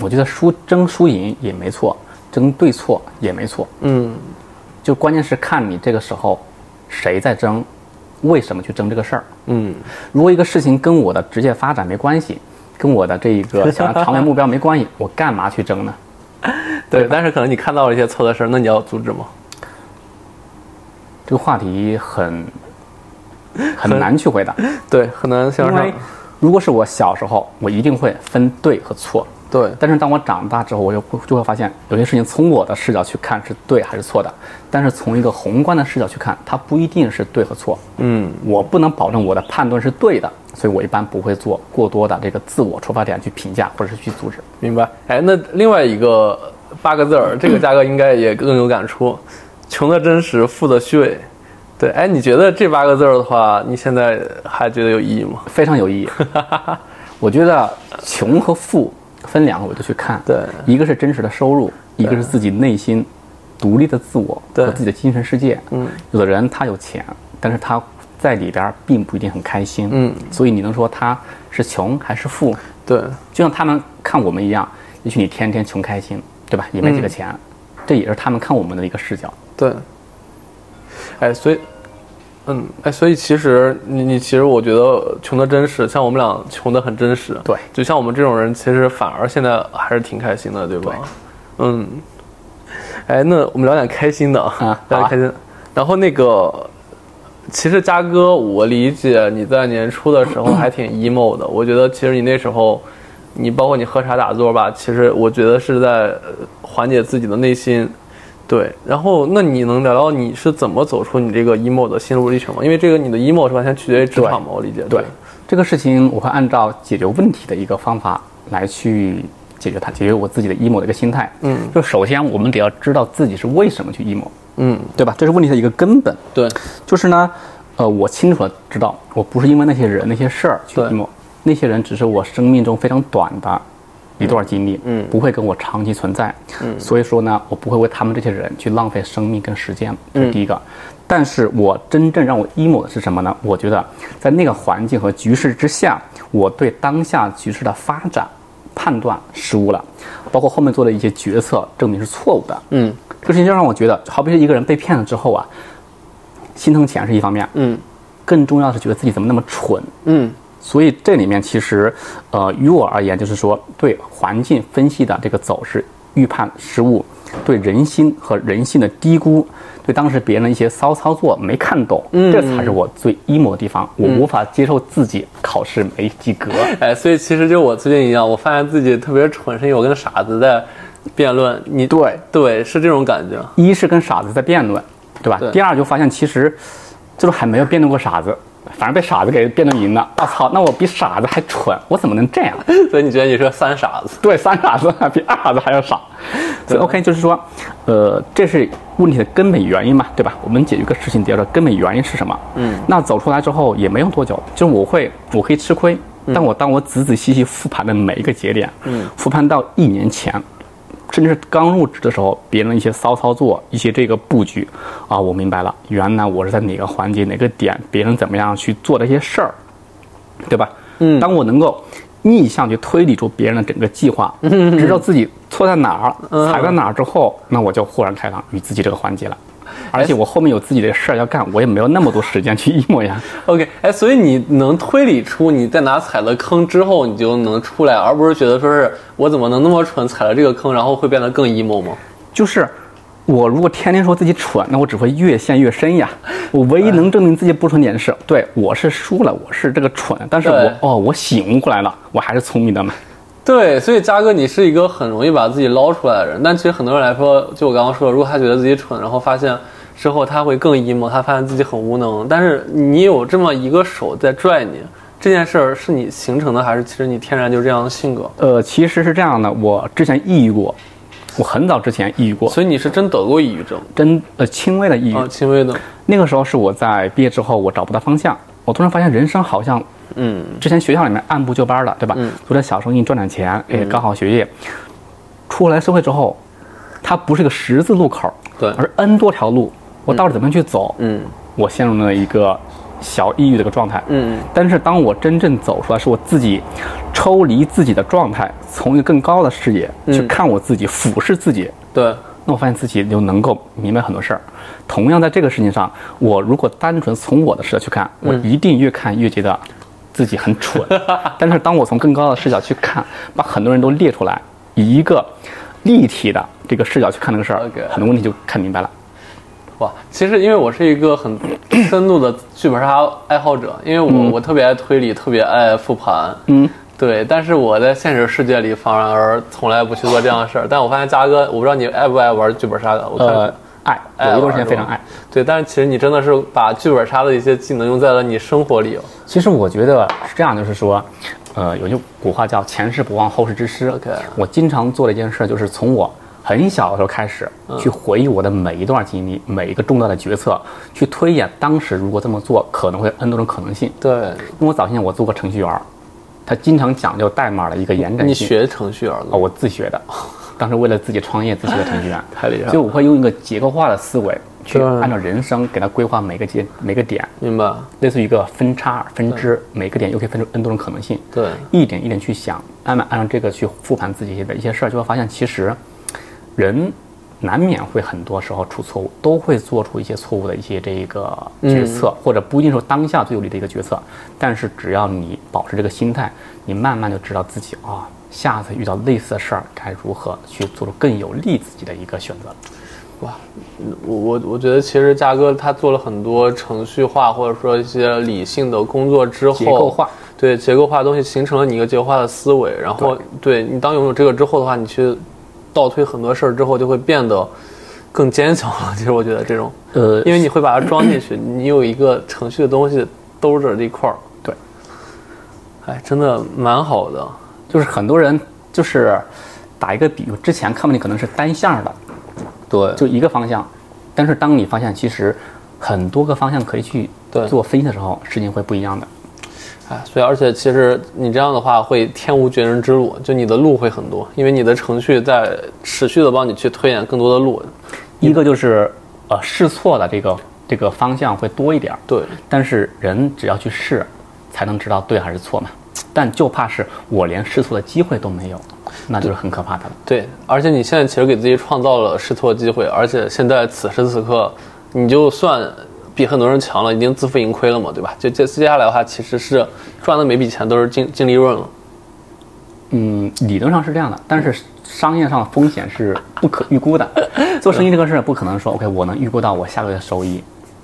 [SPEAKER 3] 我觉得输争输赢也没错，争对错也没错，
[SPEAKER 2] 嗯
[SPEAKER 3] 就关键是看你这个时候谁在争，为什么去争这个事儿。
[SPEAKER 2] 嗯
[SPEAKER 3] 如果一个事情跟我的职业发展没关系，跟我的这一个想要长远目标没关系，我干嘛去争呢？
[SPEAKER 2] 对。嗯但是可能你看到了一些错的事儿，那你要阻止吗？
[SPEAKER 3] 这个话题很很难去回答，
[SPEAKER 2] 对，很难想
[SPEAKER 3] <laughs> 因
[SPEAKER 2] 象
[SPEAKER 3] 为。如果是我小时候，我一定会分对和错，
[SPEAKER 2] 对
[SPEAKER 3] 但是当我长大之后，我就会就会发现，有些事情从我的视角去看是对还是错的，但是从一个宏观的视角去看，它不一定是对和错。
[SPEAKER 2] 嗯，
[SPEAKER 3] 我不能保证我的判断是对的，所以我一般不会做过多的这个自我出发点去评价或者是去阻止。
[SPEAKER 2] 明白。哎，那另外一个八个字儿，这个价格应该也更有感触，穷的真实，富的虚伪。对，哎，你觉得这八个字儿的话，你现在还觉得有意义吗？
[SPEAKER 3] 非常有
[SPEAKER 2] <laughs>
[SPEAKER 3] 意义。我觉得穷和富分两个维度去看，
[SPEAKER 2] 对
[SPEAKER 3] 一个是真实的收入，一个是自己内心独立的自我
[SPEAKER 2] 对
[SPEAKER 3] 和自己的精神世界。嗯，有的人他有钱，但是他在里边儿并不一定很开心。
[SPEAKER 2] 嗯，
[SPEAKER 3] 所以你能说他是穷还是富？
[SPEAKER 2] 对，
[SPEAKER 3] 就像他们看我们一样，也许你天天穷开心，对吧？也没几个钱，这也是他们看我们的一个视角。
[SPEAKER 2] 对。哎，所以，嗯，哎，所以其实你你其实我觉得穷的真实，像我们俩穷的很真实。
[SPEAKER 3] 对
[SPEAKER 2] 就像我们这种人，其实反而现在还是挺开心的，对吧？嗯。哎，那我们聊点开心的
[SPEAKER 3] 啊
[SPEAKER 2] 聊
[SPEAKER 3] 好
[SPEAKER 2] 点
[SPEAKER 3] 啊
[SPEAKER 2] 开心的。然后那个，其实嘉哥，我理解你在年初的
[SPEAKER 3] <clears throat>
[SPEAKER 2] 时候还挺 emo 的。我觉得其实你那时候，你包括你喝茶打坐吧，其实我觉得是在呃缓解自己的内心。对，然后那你能聊聊你是怎么走出你这个 emo 的心路历程吗？因为这个你的 emo 是完全取决于职场嘛，我理解。
[SPEAKER 3] 对这个事情，我会按照解决问题的一个方法来去解决它，解决我自己的 emo 的一个心态。
[SPEAKER 2] 嗯
[SPEAKER 3] 就首先我们得要知道自己是为什么去 emo，
[SPEAKER 2] 嗯，
[SPEAKER 3] 对吧？这是问题的一个根本。
[SPEAKER 2] 对，
[SPEAKER 3] 就是呢，呃，我清楚的知道，我不是因为那些人、那些事儿去
[SPEAKER 2] 对
[SPEAKER 3] emo，那些人只是我生命中非常短的一段经历，
[SPEAKER 2] 嗯
[SPEAKER 3] 不会跟我长期存在，嗯，所以说呢，我不会为他们这些人去浪费生命跟时间，这
[SPEAKER 2] 嗯
[SPEAKER 3] 是第一个。但是我真正让我 emo 的是什么呢？我觉得在那个环境和局势之下，我对当下局势的发展判断失误了，包括后面做的一些决策证明是错误的，
[SPEAKER 2] 嗯
[SPEAKER 3] 这个事情就让我觉得，好比是一个人被骗了之后啊，心疼钱是一方面，
[SPEAKER 2] 嗯
[SPEAKER 3] 更重要的是觉得自己怎么那么蠢。
[SPEAKER 2] 嗯
[SPEAKER 3] 所以这里面其实，呃，于我而言，就是说对环境分析的这个走势预判失误，对人心和人性的低估，对当时别人的一些骚操作没看懂，这才是我最 emo 的地方。我无法接受自己考试没及格。
[SPEAKER 2] 哎，所以其实就我最近一样，我发现自己特别蠢，是因为我跟傻子在辩论。你
[SPEAKER 3] 对
[SPEAKER 2] 对，是这种感觉。 <laughs>
[SPEAKER 3] 一是跟傻子在辩论，对吧？
[SPEAKER 2] 对
[SPEAKER 3] 第二就发现其实就是还没有辩论过傻子，反而被傻子给辩论赢了。我、操，那我比傻子还蠢，我怎么能这样？
[SPEAKER 2] 所以你觉得你是个三傻子？
[SPEAKER 3] 对，三傻子 <laughs> 比二傻子还要傻。所以 OK，就是说，呃，这是问题的根本原因嘛，对吧？我们解决一个事情，得要知道根本原因是什么。嗯，那走出来之后也没有多久，就是我会，我可以吃亏，但我当我仔仔细细复盘的每一个节点，嗯，复盘到一年前，甚至是刚入职的时候，别人的一些骚操作，一些这个布局，啊，我明白了，原来我是在哪个环节、哪个点，别人怎么样去做这些事儿，对吧？嗯，当我能够逆向去推理出别人的整个计划，知道自己错在哪儿、踩在哪儿之后，那我就豁然开朗于自己这个环节了。而且我后面有自己的事儿要干，我也没有那么多时间去 emo 呀。
[SPEAKER 2] OK，哎，所以你能推理出你在哪踩了坑之后，你就能出来，而不是觉得说是我怎么能那么蠢踩了这个坑，然后会变得更 emo 吗？
[SPEAKER 3] 就是我如果天天说自己蠢，那我只会越陷越深呀。我唯一能证明自己不蠢点是，对我是输了，我是这个蠢，但是
[SPEAKER 2] 对
[SPEAKER 3] 我哦，我醒悟过来了，我还是聪明的嘛。
[SPEAKER 2] 对，所以嘉哥，你是一个很容易把自己捞出来的人，但其实很多人来说，就我刚刚说的，如果他觉得自己蠢，然后发现之后他会更 emo，他发现自己很无能，但是你有这么一个手在拽你，这件事儿是你形成的，还是其实你天然就这样的性格？
[SPEAKER 3] 呃，其实是这样的，我之前抑郁过，我很早之前抑郁过，
[SPEAKER 2] 所以你是真得过抑郁症
[SPEAKER 3] 真呃轻微的抑郁。
[SPEAKER 2] 啊，轻微的，
[SPEAKER 3] 那个时候是我在毕业之后，我找不到方向，我突然发现人生好像
[SPEAKER 2] 嗯
[SPEAKER 3] 之前学校里面按部就班的，对吧？做点小生意赚点钱，哎，搞好学业。出来社会之后，它不是个十字路口，
[SPEAKER 2] 对
[SPEAKER 3] 而 N 多条路，我到底怎么样去走？
[SPEAKER 2] 嗯
[SPEAKER 3] 我陷入了一个小抑郁的一个状态。
[SPEAKER 2] 嗯，
[SPEAKER 3] 但是当我真正走出来，是我自己抽离自己的状态，从一个更高的视野去
[SPEAKER 2] 嗯
[SPEAKER 3] 看我自己，俯视自己，
[SPEAKER 2] 对，
[SPEAKER 3] 那我发现自己就能够明白很多事儿。同样在这个事情上，我如果单纯从我的视角去看，我一定越看越觉得自己很蠢。但是当我从更高的视角去看，把很多人都列出来，以一个立体的这个视角去看这个事儿
[SPEAKER 2] OK
[SPEAKER 3] 很多问题就看明白了。
[SPEAKER 2] 哇，其实因为我是一个很 <coughs> 深度的剧本杀爱好者，因为我、我特别爱推理，特别爱复盘，
[SPEAKER 3] 嗯，
[SPEAKER 2] 对，但是我在现实世界里反而从来不去做这样的事儿。但我发现嘉哥，我不知道你爱不爱玩剧本杀的，我看、
[SPEAKER 3] 呃，爱，有一段时间非常
[SPEAKER 2] 爱玩
[SPEAKER 3] 爱
[SPEAKER 2] 是。吧。对，但是其实你真的是把剧本杀的一些技能用在了你生活里哦。
[SPEAKER 3] 其实我觉得是这样，就是说，呃，有句古话叫“前事不忘，后事之师”
[SPEAKER 2] OK
[SPEAKER 3] 我经常做的一件事，就是从我很小的时候开始，
[SPEAKER 2] 嗯
[SPEAKER 3] 去回忆我的每一段经历，每一个重大的决策，去推演当时如果这么做，可能会有 N 多种可能性。
[SPEAKER 2] 对，
[SPEAKER 3] 因为我早些年我做过程序员儿，他经常讲究代码的一个延展性。
[SPEAKER 2] 你学程序员
[SPEAKER 3] 啊，
[SPEAKER 2] 了，
[SPEAKER 3] 我自学的，当时为了自己创业自学的程序
[SPEAKER 2] <laughs>
[SPEAKER 3] 员，
[SPEAKER 2] 太厉害了
[SPEAKER 3] 所以我会用一个结构化的思维去
[SPEAKER 2] 啊对
[SPEAKER 3] 按照人生给它规划每个节每个点，
[SPEAKER 2] 明白？
[SPEAKER 3] 类似于一个分叉分支，每个点又可以分出 n 多种可能性，
[SPEAKER 2] 对
[SPEAKER 3] 一点一点去想，慢慢按照这个去复盘自己的一些事儿，就会发现其实人难免会很多时候出错误，都会做出一些错误的一些这个决策，或者不一定说当下最有利的一个决策，但是只要你保持这个心态，你慢慢就知道自己啊、下次遇到类似的事儿该如何去做出更有利自己的一个选择了。
[SPEAKER 2] 哇，我我我觉得其实嘉哥他做了很多程序化或者说一些理性的工作之后，
[SPEAKER 3] 结构化
[SPEAKER 2] 对结构化的东西形成了你一个结构化的思维，然后对你当拥有这个之后的话，你去倒推很多事儿之后就会变得更坚强了。 <laughs> 其实我觉得这种，
[SPEAKER 3] 呃
[SPEAKER 2] 因为你会把它装进去，你有一个程序的东西兜着这一块儿，
[SPEAKER 3] 对，
[SPEAKER 2] 哎，真的蛮好的。
[SPEAKER 3] 就是很多人就是打一个比喻，之前看问题可能是单向的，
[SPEAKER 2] 对
[SPEAKER 3] 就一个方向，但是当你发现其实很多个方向可以去
[SPEAKER 2] 对
[SPEAKER 3] 做分析的时候，事情会不一样的。
[SPEAKER 2] 哎，所以而且其实你这样的话会天无绝人之路，就你的路会很多，因为你的程序在持续的帮你去推演更多的路。嗯
[SPEAKER 3] 一个就是呃试错的这个这个方向会多一点儿，
[SPEAKER 2] 对，
[SPEAKER 3] 但是人只要去试，才能知道对还是错嘛。但就怕是我连试错的机会都没有，那就是很可怕的了。
[SPEAKER 2] 对，而且你现在其实给自己创造了试错机会，而且现在此时此刻，你就算比很多人强了，已经自负盈亏了嘛，对吧？就接接下来的话，其实是赚的每笔钱都是净净利润了。
[SPEAKER 3] 嗯，理论上是这样的，但是商业上的风险是不可
[SPEAKER 2] <laughs>
[SPEAKER 3] 预估的。做生意这个事儿不可能说 OK，我能预估到我下个月的收益。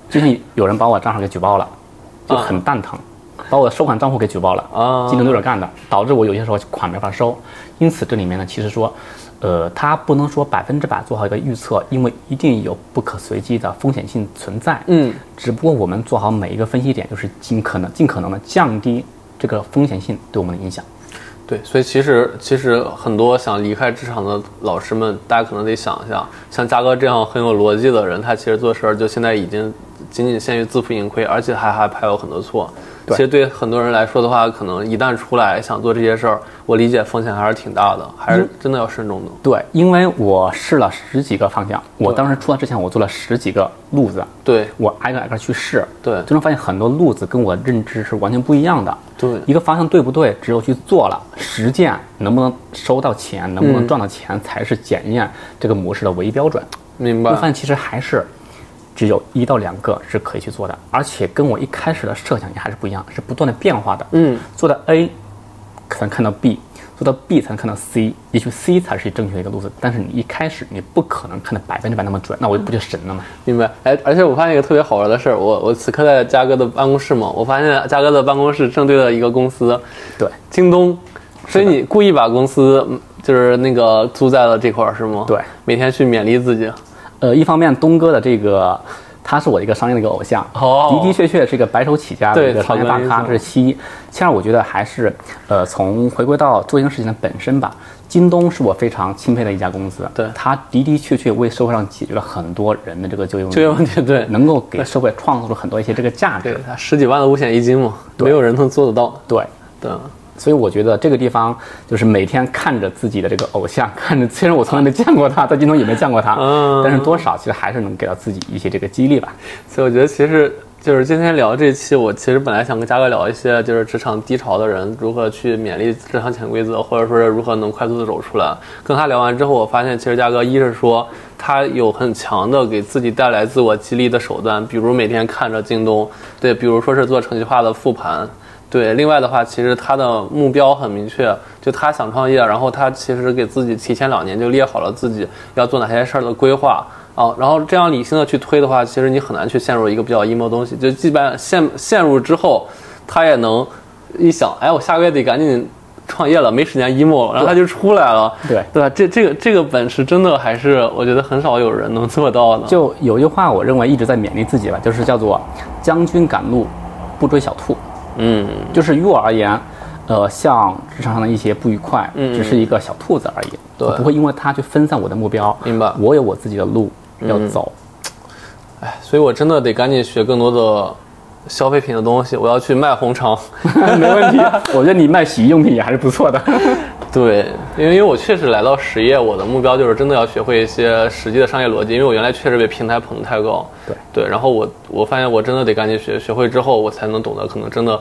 [SPEAKER 3] 就像有人把我账号给举报了，就很蛋疼，把我的收款账户给举报了
[SPEAKER 2] 啊
[SPEAKER 3] 竞争对手干的，导致我有些时候款没法收。因此这里面呢，其实说，呃，它不能说百分之百做好一个预测，因为一定有不可随机的风险性存在。
[SPEAKER 2] 嗯，
[SPEAKER 3] 只不过我们做好每一个分析点，就是尽可能尽可能的降低这个风险性对我们的影响。
[SPEAKER 2] 对，所以其实其实很多想离开职场的老师们，大家可能得想一下，像嘉哥这样很有逻辑的人，他其实做事儿就现在已经仅仅限于自负盈亏，而且还还还有很多错。其
[SPEAKER 3] 对
[SPEAKER 2] 实对很多人来说的话，可能一旦出来想做这些事儿，我理解风险还是挺大的，还是真的要慎重的。
[SPEAKER 3] 对，因为我试了十几个方向，我当时出来之前我做了十几个路子，
[SPEAKER 2] 对
[SPEAKER 3] 我挨个挨个去试，
[SPEAKER 2] 对
[SPEAKER 3] 最终发现很多路子跟我认知是完全不一样的。
[SPEAKER 2] 对
[SPEAKER 3] 一个方向对不对，只有去做了实践，能不能收到钱，能不
[SPEAKER 2] 嗯
[SPEAKER 3] 能赚到钱，才是检验这个模式的唯一标准。
[SPEAKER 2] 明
[SPEAKER 3] 我发
[SPEAKER 2] 白。
[SPEAKER 3] 现其实还是只有一到两个是可以去做的，而且跟我一开始的设想也还是不一样，是不断的变化的。
[SPEAKER 2] 嗯，
[SPEAKER 3] 做到 A 才能看到 B，做到 B 才能看到 C，也许 C 才是正确的一个路子。但是你一开始你不可能看得百分之百那么准，那我不就神了吗？
[SPEAKER 2] 明白，哎，而且我发现一个特别好玩的事儿，我我此刻在嘉哥的办公室嘛，我发现嘉哥的办公室正对着一个公司，
[SPEAKER 3] 对
[SPEAKER 2] 京东，所以你故意把公司嗯就是那个租在了这块儿是吗？
[SPEAKER 3] 对，
[SPEAKER 2] 每天去勉励自己。
[SPEAKER 3] 呃，一方面东哥的这个。他是我一个商业的一个偶像，
[SPEAKER 2] 哦
[SPEAKER 3] 的的确确是一个白手起家的
[SPEAKER 2] 对
[SPEAKER 3] 一个商业
[SPEAKER 2] 草
[SPEAKER 3] 大
[SPEAKER 2] 根英
[SPEAKER 3] 咖，
[SPEAKER 2] 雄
[SPEAKER 3] 这是其一。其二，我觉得还是，呃，从回归到做一件事情的本身吧。京东是我非常钦佩的一家公司，
[SPEAKER 2] 对
[SPEAKER 3] 它的的确确为社会上解决了很多人的这个就业问题，
[SPEAKER 2] 就业问题对
[SPEAKER 3] 能够给社会创造出很多一些这个价值
[SPEAKER 2] 对，，他十几万的五险一金嘛，没有人能做得到。
[SPEAKER 3] 对。
[SPEAKER 2] 对，
[SPEAKER 3] 所以我觉得这个地方就是每天看着自己的这个偶像，看着虽然我从来没见过他，在京东也没见过他，
[SPEAKER 2] 嗯
[SPEAKER 3] 但是多少其实还是能给到自己一些这个激励吧。
[SPEAKER 2] 所以我觉得其实就是今天聊这期，我其实本来想跟嘉哥聊一些就是职场低潮的人如何去勉励职场潜规则，或者说是如何能快速的走出来。跟他聊完之后，我发现其实嘉哥一是说他有很强的给自己带来自我激励的手段，比如每天看着京东，对，比如说是做程序化的复盘。对，另外的话，其实他的目标很明确，就他想创业，然后他其实给自己提前两年就列好了自己要做哪些事儿的规划啊，然后这样理性的去推的话，其实你很难去陷入一个比较 emo 的东西，就基本上陷陷入之后，他也能一想，哎，我下个月得赶紧创业了，没时间 emo 了，然后他就出来了。
[SPEAKER 3] 对
[SPEAKER 2] 对吧？这这个这个本事真的还是我觉得很少有人能做到的。
[SPEAKER 3] 就有一句话，我认为一直在勉励自己吧，就是叫做“将军赶路，不追小兔”。
[SPEAKER 2] 嗯
[SPEAKER 3] 就是于我而言，呃，像职场上的一些不愉快，
[SPEAKER 2] 嗯
[SPEAKER 3] 只是一个小兔子而已，
[SPEAKER 2] 对嗯
[SPEAKER 3] 我不会因为它去分散我的目标。
[SPEAKER 2] 明白
[SPEAKER 3] 我有我自己的路
[SPEAKER 2] 嗯
[SPEAKER 3] 要走。 <laughs>
[SPEAKER 2] 所以我真的得赶紧学更多的消费品的东西，我要去卖红肠。
[SPEAKER 3] 没问题，我觉得你卖洗浴用品也还是不错的。
[SPEAKER 2] 对，因为因为我确实来到实业，我的目标就是真的要学会一些实际的商业逻辑，因为我原来确实被平台捧得太高。
[SPEAKER 3] 对
[SPEAKER 2] 对，然后我我发现我真的得赶紧学，学会之后我才能懂得可能真的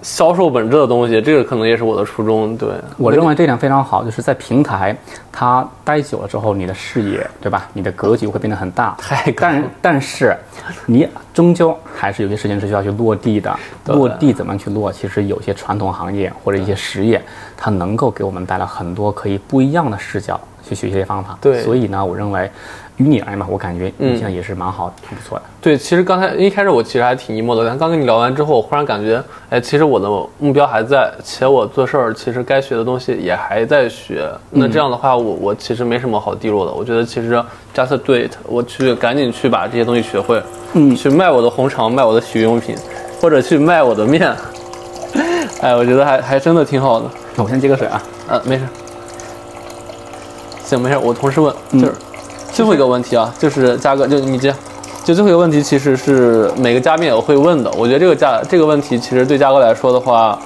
[SPEAKER 2] 销售本质的东西，这个可能也是我的初衷。对，
[SPEAKER 3] 我认为这点非常好，就是在平台它待久了之后，你的视野对吧？你的格局会变得很大。
[SPEAKER 2] <laughs> 太高了
[SPEAKER 3] 但但是你终究还是有些事情是需要去落地的。
[SPEAKER 2] 对
[SPEAKER 3] 落地怎么样去落？其实有些传统行业或者一些实业，它能够给我们带来很多可以不一样的视角去学习的方法。
[SPEAKER 2] 对
[SPEAKER 3] 所以呢，我认为于你而言吧，我感觉你
[SPEAKER 2] 嗯
[SPEAKER 3] 现在也是蛮好，挺不错的。
[SPEAKER 2] 对，其实刚才一开始我其实还挺 emo 的，但刚跟你聊完之后，我忽然感觉，哎，其实我的目标还在，且我做事儿其实该学的东西也还在学。那这样的话，我我其实没什么好低落的。我觉得其实 just do it，我去赶紧去把这些东西学会，嗯，去卖我的红肠，卖我的洗浴用品，或者去卖我的面。 <laughs> 哎，我觉得还还真的挺好的。
[SPEAKER 3] 那我先接个水啊。
[SPEAKER 2] 呃，没事。行，没事。我同事问，就是、最后一个问题啊，就是嘉哥，就你接，就最后一个问题，其实是每个嘉宾也会问的。我觉得这个嘉这个问题，其实对嘉哥来说的话，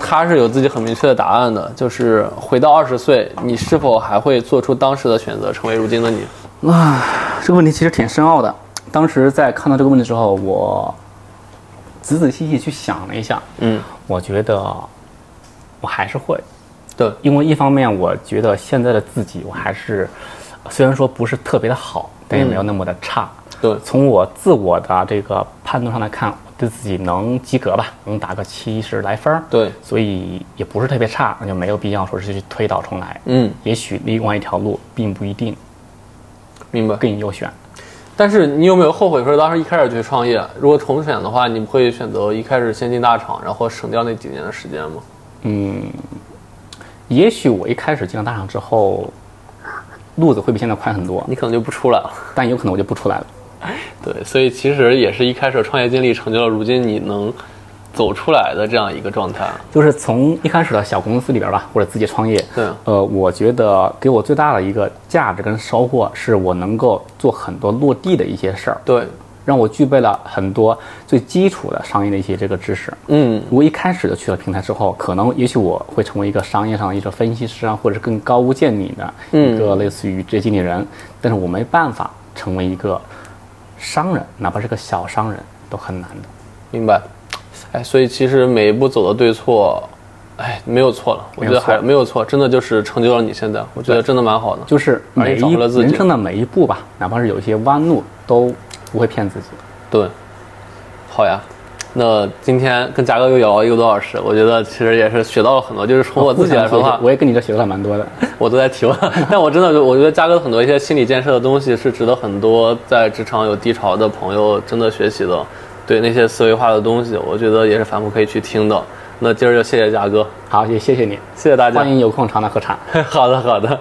[SPEAKER 2] 他是有自己很明确的答案的，就是回到二十岁，你是否还会做出当时的选择，成为如今的你？
[SPEAKER 3] 啊，这个问题其实挺深奥的。当时在看到这个问题之后，我仔仔细细去想了一下，
[SPEAKER 2] 嗯，
[SPEAKER 3] 我觉得我还是会，
[SPEAKER 2] 对，
[SPEAKER 3] 因为一方面我觉得现在的自己，我还是虽然说不是特别的好，但也没有
[SPEAKER 2] 嗯
[SPEAKER 3] 那么的差。
[SPEAKER 2] 对，
[SPEAKER 3] 从我自我的这个判断上来看，我对自己能及格吧，能打个七十来分儿。
[SPEAKER 2] 对
[SPEAKER 3] 所以也不是特别差，那就没有必要说是去推倒重来。
[SPEAKER 2] 嗯，
[SPEAKER 3] 也许另外一条路并不一定
[SPEAKER 2] 明白。
[SPEAKER 3] 更优选。
[SPEAKER 2] 但是你有没有后悔说当时一开始去创业？如果重选的话，你会选择一开始先进大厂，然后省掉那几年的时间吗？
[SPEAKER 3] 也许我一开始进了大厂之后，路子会比现在快很多，
[SPEAKER 2] 你可能就不出来了。
[SPEAKER 3] 但有可能我就不出来了。
[SPEAKER 2] 对，所以其实也是一开始创业经历成就了如今你能走出来的这样一个状态。
[SPEAKER 3] 就是从一开始的小公司里边吧，或者自己创业，
[SPEAKER 2] 对
[SPEAKER 3] 呃，我觉得给我最大的一个价值跟收获，是我能够做很多落地的一些事儿，
[SPEAKER 2] 对，
[SPEAKER 3] 让我具备了很多最基础的商业的一些这个知识。
[SPEAKER 2] 嗯，
[SPEAKER 3] 如果一开始就去了平台之后，可能也许我会成为一个商业上的一个分析师啊，或者是更高屋建瓴的
[SPEAKER 2] 嗯
[SPEAKER 3] 一个类似于职业经理人，但是我没办法成为一个商人，哪怕是个小商人都很难的。
[SPEAKER 2] 明白。哎，所以其实每一步走的对错，哎，没有错了，我觉得还没
[SPEAKER 3] 没
[SPEAKER 2] 有错，真的就是成就了你现在，我觉得真的蛮好的。
[SPEAKER 3] 就是每
[SPEAKER 2] 而且找
[SPEAKER 3] 一
[SPEAKER 2] 回了自己
[SPEAKER 3] 人生的每一步吧，哪怕是有一些弯路，都不会骗自己。
[SPEAKER 2] 对，好呀。那今天跟嘉哥又聊了一个多小时，我觉得其实也是学到了很多。就是从我自己来说的 <laughs> 话，
[SPEAKER 3] 我也跟你这学了蛮多的。
[SPEAKER 2] 我都在提问， <laughs> 但我真的我觉得嘉哥的很多一些心理建设的东西是值得很多在职场有低潮的朋友真的学习的。对那些思维化的东西，我觉得也是反复可以去听的。那今儿就谢谢嘉哥，
[SPEAKER 3] 好，也谢谢你，
[SPEAKER 2] 谢谢大家
[SPEAKER 3] 欢。迎有空常来喝茶。
[SPEAKER 2] <laughs> 好的，好的。